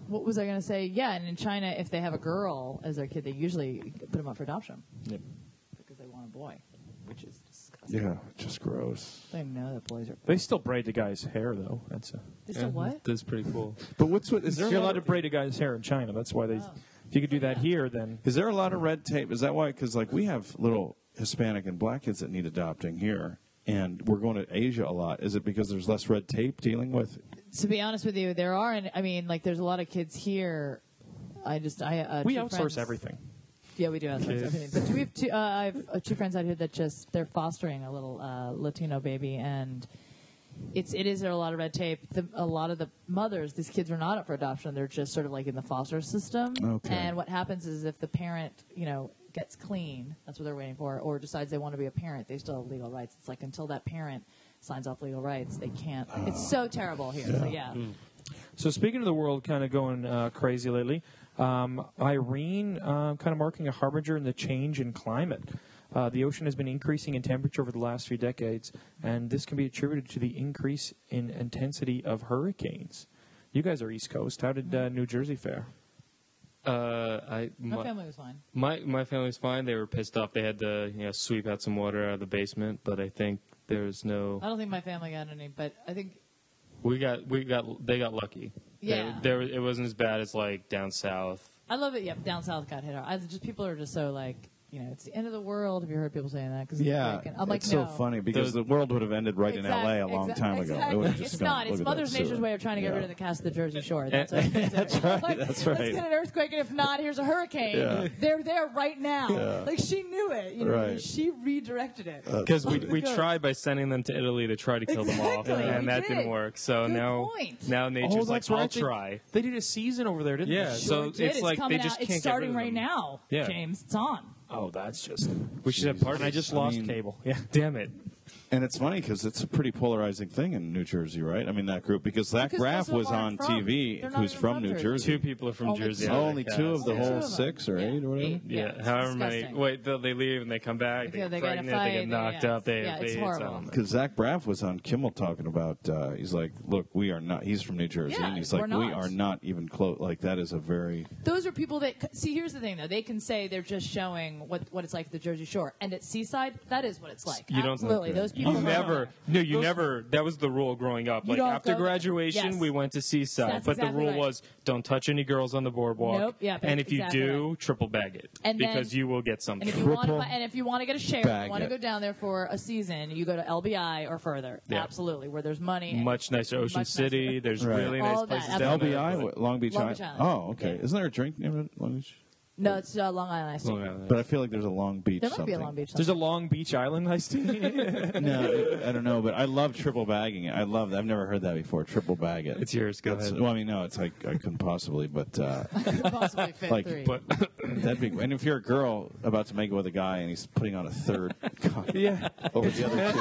S2: What was I going to say? Yeah, and in China, if they have a girl as their kid, they usually put them up for adoption because they want a boy, which is disgusting.
S3: Yeah, just gross.
S2: They know that boys are.
S1: They still braid the guy's hair, though. That's a,
S2: They still what?
S4: That's pretty cool.
S3: But what's what is there
S1: you're
S3: a
S1: allowed
S3: lot
S1: to
S3: of
S1: braid a guy's hair in China. That's why they.
S2: Oh.
S1: If you could do that here, then
S3: is there a lot of red tape? Is that why cuz like we have little Hispanic and black kids that need adopting here and we're going to Asia a lot. Is it because there's less red tape dealing with
S2: To be honest with you, there are. I mean, like, there's a lot of kids here. I just, I uh,
S1: we
S2: two
S1: outsource
S2: friends-
S1: everything.
S2: Yeah, we do outsource
S4: Kids.
S2: everything. But we have two. Uh, I have uh, two friends out here that just they're fostering a little uh, Latino baby, and it's it is a lot of red tape. The, a lot of the mothers, these kids are not up for adoption. They're just sort of like in the foster system.
S3: Okay.
S2: And what happens is if the parent, you know, gets clean, that's what they're waiting for, or decides they want to be a parent, they still have legal rights. It's like until that parent signs off legal rights, they can't. It's so terrible here. So yeah.
S1: So speaking of the world kind of going uh, crazy lately, um, Irene uh, kind of marking a harbinger in the change in climate. Uh, the ocean has been increasing in temperature over the last few decades, and this can be attributed to the increase in intensity of hurricanes. You guys are East Coast. How did uh, New Jersey fare?
S4: Uh, I
S2: My
S4: my,
S2: family was fine.
S4: my my family's fine. They were pissed off. They had to you know sweep out some water out of the basement, but I think there's no.
S2: I don't think my family got any, but I think
S4: We got we got they got lucky.
S2: Yeah.
S4: There, there it wasn't as bad as like down south.
S2: I love it. Yep, down south got hit hard. I just people are just so like, you know, it's the end of the world. Have you heard people saying that? Cause it's
S3: Yeah,
S2: freaking- I'm like,
S3: it's
S2: no.
S3: so funny because
S4: The-
S3: the world would have ended right
S2: Exact-
S3: in L.A. a long
S2: exact-
S3: time ago. It
S2: exactly.
S3: would have just
S2: It's
S3: gone,
S2: not.
S3: "Look
S2: It's
S3: at that
S2: Mother Nature's
S3: sewer."
S2: way of trying to get
S3: Yeah.
S2: rid of the cast of the Jersey Shore. That's, what that's
S3: right, that's
S2: Let's
S3: right.
S2: get an earthquake, and if not, here's a hurricane.
S3: Yeah.
S2: They're there right now.
S3: Yeah.
S2: Like she knew it. You know,
S3: Right. Uh,
S2: She redirected it.
S4: Because Uh, we, we
S2: Good.
S4: tried by sending them to Italy to try to kill
S2: Oh Exactly,
S4: them
S2: we
S4: off, and that
S2: did.
S4: not work. So
S2: Good
S4: now
S2: point.
S4: now nature's like, I'll
S1: Oh, They-
S4: try.
S1: They, did a season over there, didn't
S4: Yeah.
S1: they?
S4: so
S2: It did.
S4: it's like they
S2: coming
S4: just
S2: out. It's
S4: can't get rid
S2: starting
S4: of
S2: right
S4: them.
S2: now.
S4: Yeah.
S2: James, it's on.
S1: Oh, that's just.
S4: We should have
S3: Jesus.
S4: partners.
S1: I just
S3: I
S1: lost
S3: mean-
S1: cable. Yeah.
S4: Damn it.
S3: And it's funny because it's a pretty polarizing thing in New Jersey, right? I mean, that group because that
S2: Because
S3: graph
S2: most of
S3: was
S2: them
S3: on
S2: aren't from-
S3: TV.
S2: they're not
S3: Who's
S2: even
S3: from
S2: from
S3: New
S2: Jersey.
S3: Jersey?
S4: Two people are from
S2: Only
S4: Jersey.
S2: two.
S4: I like
S3: Only
S4: that.
S3: two of the
S2: Yeah.
S3: whole
S2: Two of them.
S3: six or
S2: Yeah.
S3: eight or whatever.
S2: Eight.
S4: Yeah,
S2: Yeah,
S4: however
S2: it's
S4: many.
S2: disgusting.
S4: Wait, they, they leave and they come back. They
S2: Yeah,
S4: get
S2: they gotta
S4: pregnant. They
S2: fight,
S4: get knocked
S2: yeah.
S4: up. They,
S2: Yeah,
S4: they,
S2: it's horrible.
S4: um,
S3: Because Zach Braff was on Kimmel talking about, uh, he's like, look, we are not. He's from New Jersey,
S2: Yeah,
S3: and he's
S2: we're
S3: like, we
S2: not.
S3: are not even close. Like that is a very
S2: Those are people that see. Here's the thing, though. They can say they're just showing what what it's like at the Jersey Shore, and at Seaside, that is what it's like.
S4: You don't-
S2: Absolutely, those people
S4: you
S2: are-
S4: never, no, you
S1: Those-
S4: never. That was the rule growing up. Like
S2: don't
S4: after
S2: go there.
S4: graduation,
S2: Yes.
S4: we went to Seaside,
S2: That's
S4: but the
S2: exactly
S4: rule
S2: right.
S4: was don't touch any girls on the boardwalk.
S2: Nope, yeah,
S4: and if
S2: exactly
S4: you do, triple bag it
S2: And then-
S4: because you will get something.
S2: And if you want to,
S3: Triple
S2: and if you want to get a share,
S3: bag
S2: you want to
S3: it.
S2: go down there for a season, you go to LBI or further.
S4: Yeah.
S2: Absolutely, where there's money. and-
S4: much nicer Ocean
S2: Much nicer.
S4: City. There's
S3: Right.
S4: really
S2: All
S4: nice
S2: that,
S4: places down
S2: absolutely.
S4: there.
S3: LBI, what, Long Beach,
S2: Long Beach
S3: Island.
S2: Island.
S3: Oh, okay.
S2: Yeah.
S3: Isn't there a drink named Long Beach?
S2: No, it's uh, Long Island. I see.
S4: Long Island.
S3: But I feel like there's a Long Beach.
S2: There might
S3: something.
S2: be a Long Beach.
S1: There's a
S2: somewhere.
S1: Long Beach Island I see.
S3: No, I don't know, but I love triple bagging it. I love that. I've never heard that before. Triple bag it.
S4: It's yours. Go
S3: That's-
S4: ahead.
S3: Well, I mean, no, it's like I couldn't possibly, but uh,
S2: Could possibly fit
S3: Like,
S2: three.
S4: but
S3: that'd be. And if you're a girl about to make it with a guy and he's putting on a third cock
S1: yeah.
S3: over the other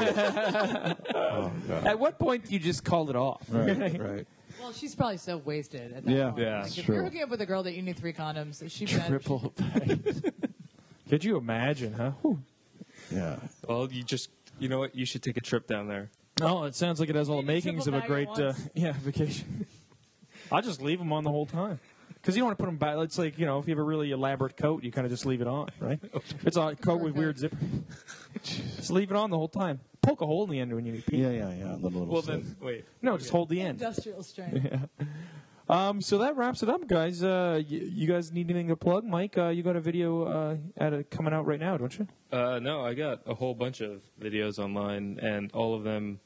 S3: two, oh god,
S1: At what point do you just call it off?
S3: right, right.
S2: well, she's probably so wasted. At that
S3: Yeah.
S2: point.
S4: Yeah,
S2: Like, if
S3: sure.
S2: you're hooking up with a girl that you need three condoms, she
S1: Triple Could you imagine, huh?
S3: Yeah,
S4: well, you just you know what? You should take a trip down there.
S1: Oh, it sounds like it has all the
S2: Maybe
S1: makings of
S2: triple
S1: a
S2: bag at
S1: great uh,
S2: once.
S1: yeah vacation. I just leave them on the whole time because you don't want to put them back. It's like you know, if you have a really elaborate coat, you kind of just leave it on, right? If it's a coat with weird zipper, just leave it on the whole time. Poke a hole in the end when you need. pee.
S3: yeah, yeah, yeah. The little
S4: Well,
S3: slit.
S4: then wait.
S1: No, just hold the end.
S2: Industrial strength.
S1: Um, so that wraps it up, guys. Uh, you, you guys need anything to plug, Mike? Uh, you got a video uh, at a, coming out right now, don't you?
S4: Uh, no, I got a whole bunch of videos online, and all of them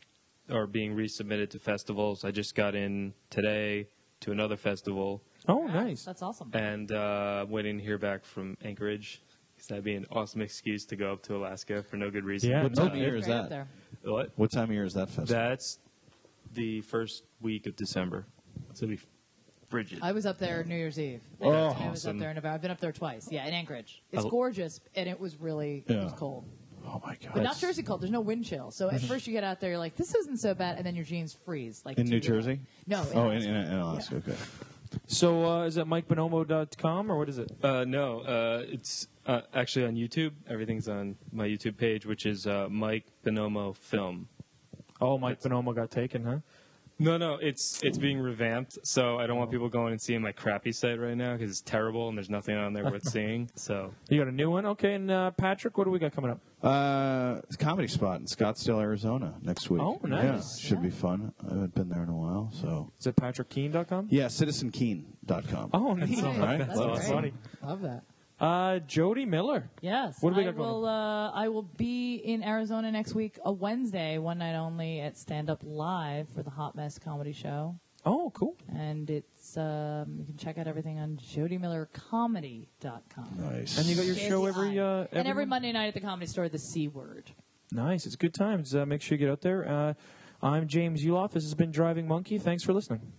S4: are being resubmitted to festivals. I just got in today to another festival,
S1: Oh, nice.
S2: That's awesome.
S4: and uh, waiting to hear back from Anchorage. 'cause That'd be an awesome excuse to go up to Alaska for no good reason.
S1: Yeah,
S3: what
S1: no,
S3: time of year is
S2: Right up
S3: that?
S2: there.
S4: What?
S3: What time of year is that festival?
S4: That's the first week of December. It's gonna be frigid.
S2: I was up there New Year's Eve.
S3: Oh.
S2: I was
S4: Awesome.
S2: up there in November. I've been up there twice. Yeah, in Anchorage. It's
S4: Oh.
S2: gorgeous, and it was really it was
S3: Yeah.
S2: cold.
S3: oh my god,
S2: But not Jersey cold. There's no wind chill. So at first you get out there, you're like, this isn't so bad, and then your jeans freeze. Like
S3: in
S2: two
S3: New
S2: years.
S3: Jersey.
S2: No.
S3: Oh, in,
S2: Alaska.
S3: in, in Alaska. Okay.
S1: So uh, is that MikeBonomo.com or what is it?
S4: Uh, no, uh, it's uh, actually on YouTube. Everything's on my YouTube page, which is uh, Mike Bonomo Film.
S1: Oh, Mike Bonomo got taken, huh?
S4: No, no, it's it's being revamped, so I don't want people going and seeing my crappy site right now because it's terrible and there's nothing on there worth seeing. So
S1: You got a new one, okay? And uh, Patrick, what do we got coming up?
S3: Uh, it's comedy spot in Scottsdale, Arizona next week.
S1: Oh, nice.
S3: Yeah, should be
S2: Yeah.
S3: fun. I haven't been there in a while, so
S1: Is it PatrickKeen.com?
S3: yeah, citizenkeen.com.
S1: Oh, neat.
S2: Nice.
S3: right.
S2: That's
S3: Well,
S2: great.
S1: funny.
S2: Love that.
S1: Uh, Jody Miller.
S2: Yes.
S1: What do we
S2: I
S1: got going on?
S2: will, uh, I will be in Arizona next week, a Wednesday, one night only, at Stand Up Live for the Hot Mess Comedy Show.
S1: Oh, cool.
S2: And it's, um, you can check out everything on jodymillercomedy.com.
S3: Nice.
S1: And you got your show every uh, every,
S2: and every Monday night at the Comedy Store, the C word.
S1: Nice. It's good times. Uh, make sure you get out there. Uh, I'm James Uloff. This has been Driving Monkey. Thanks for listening.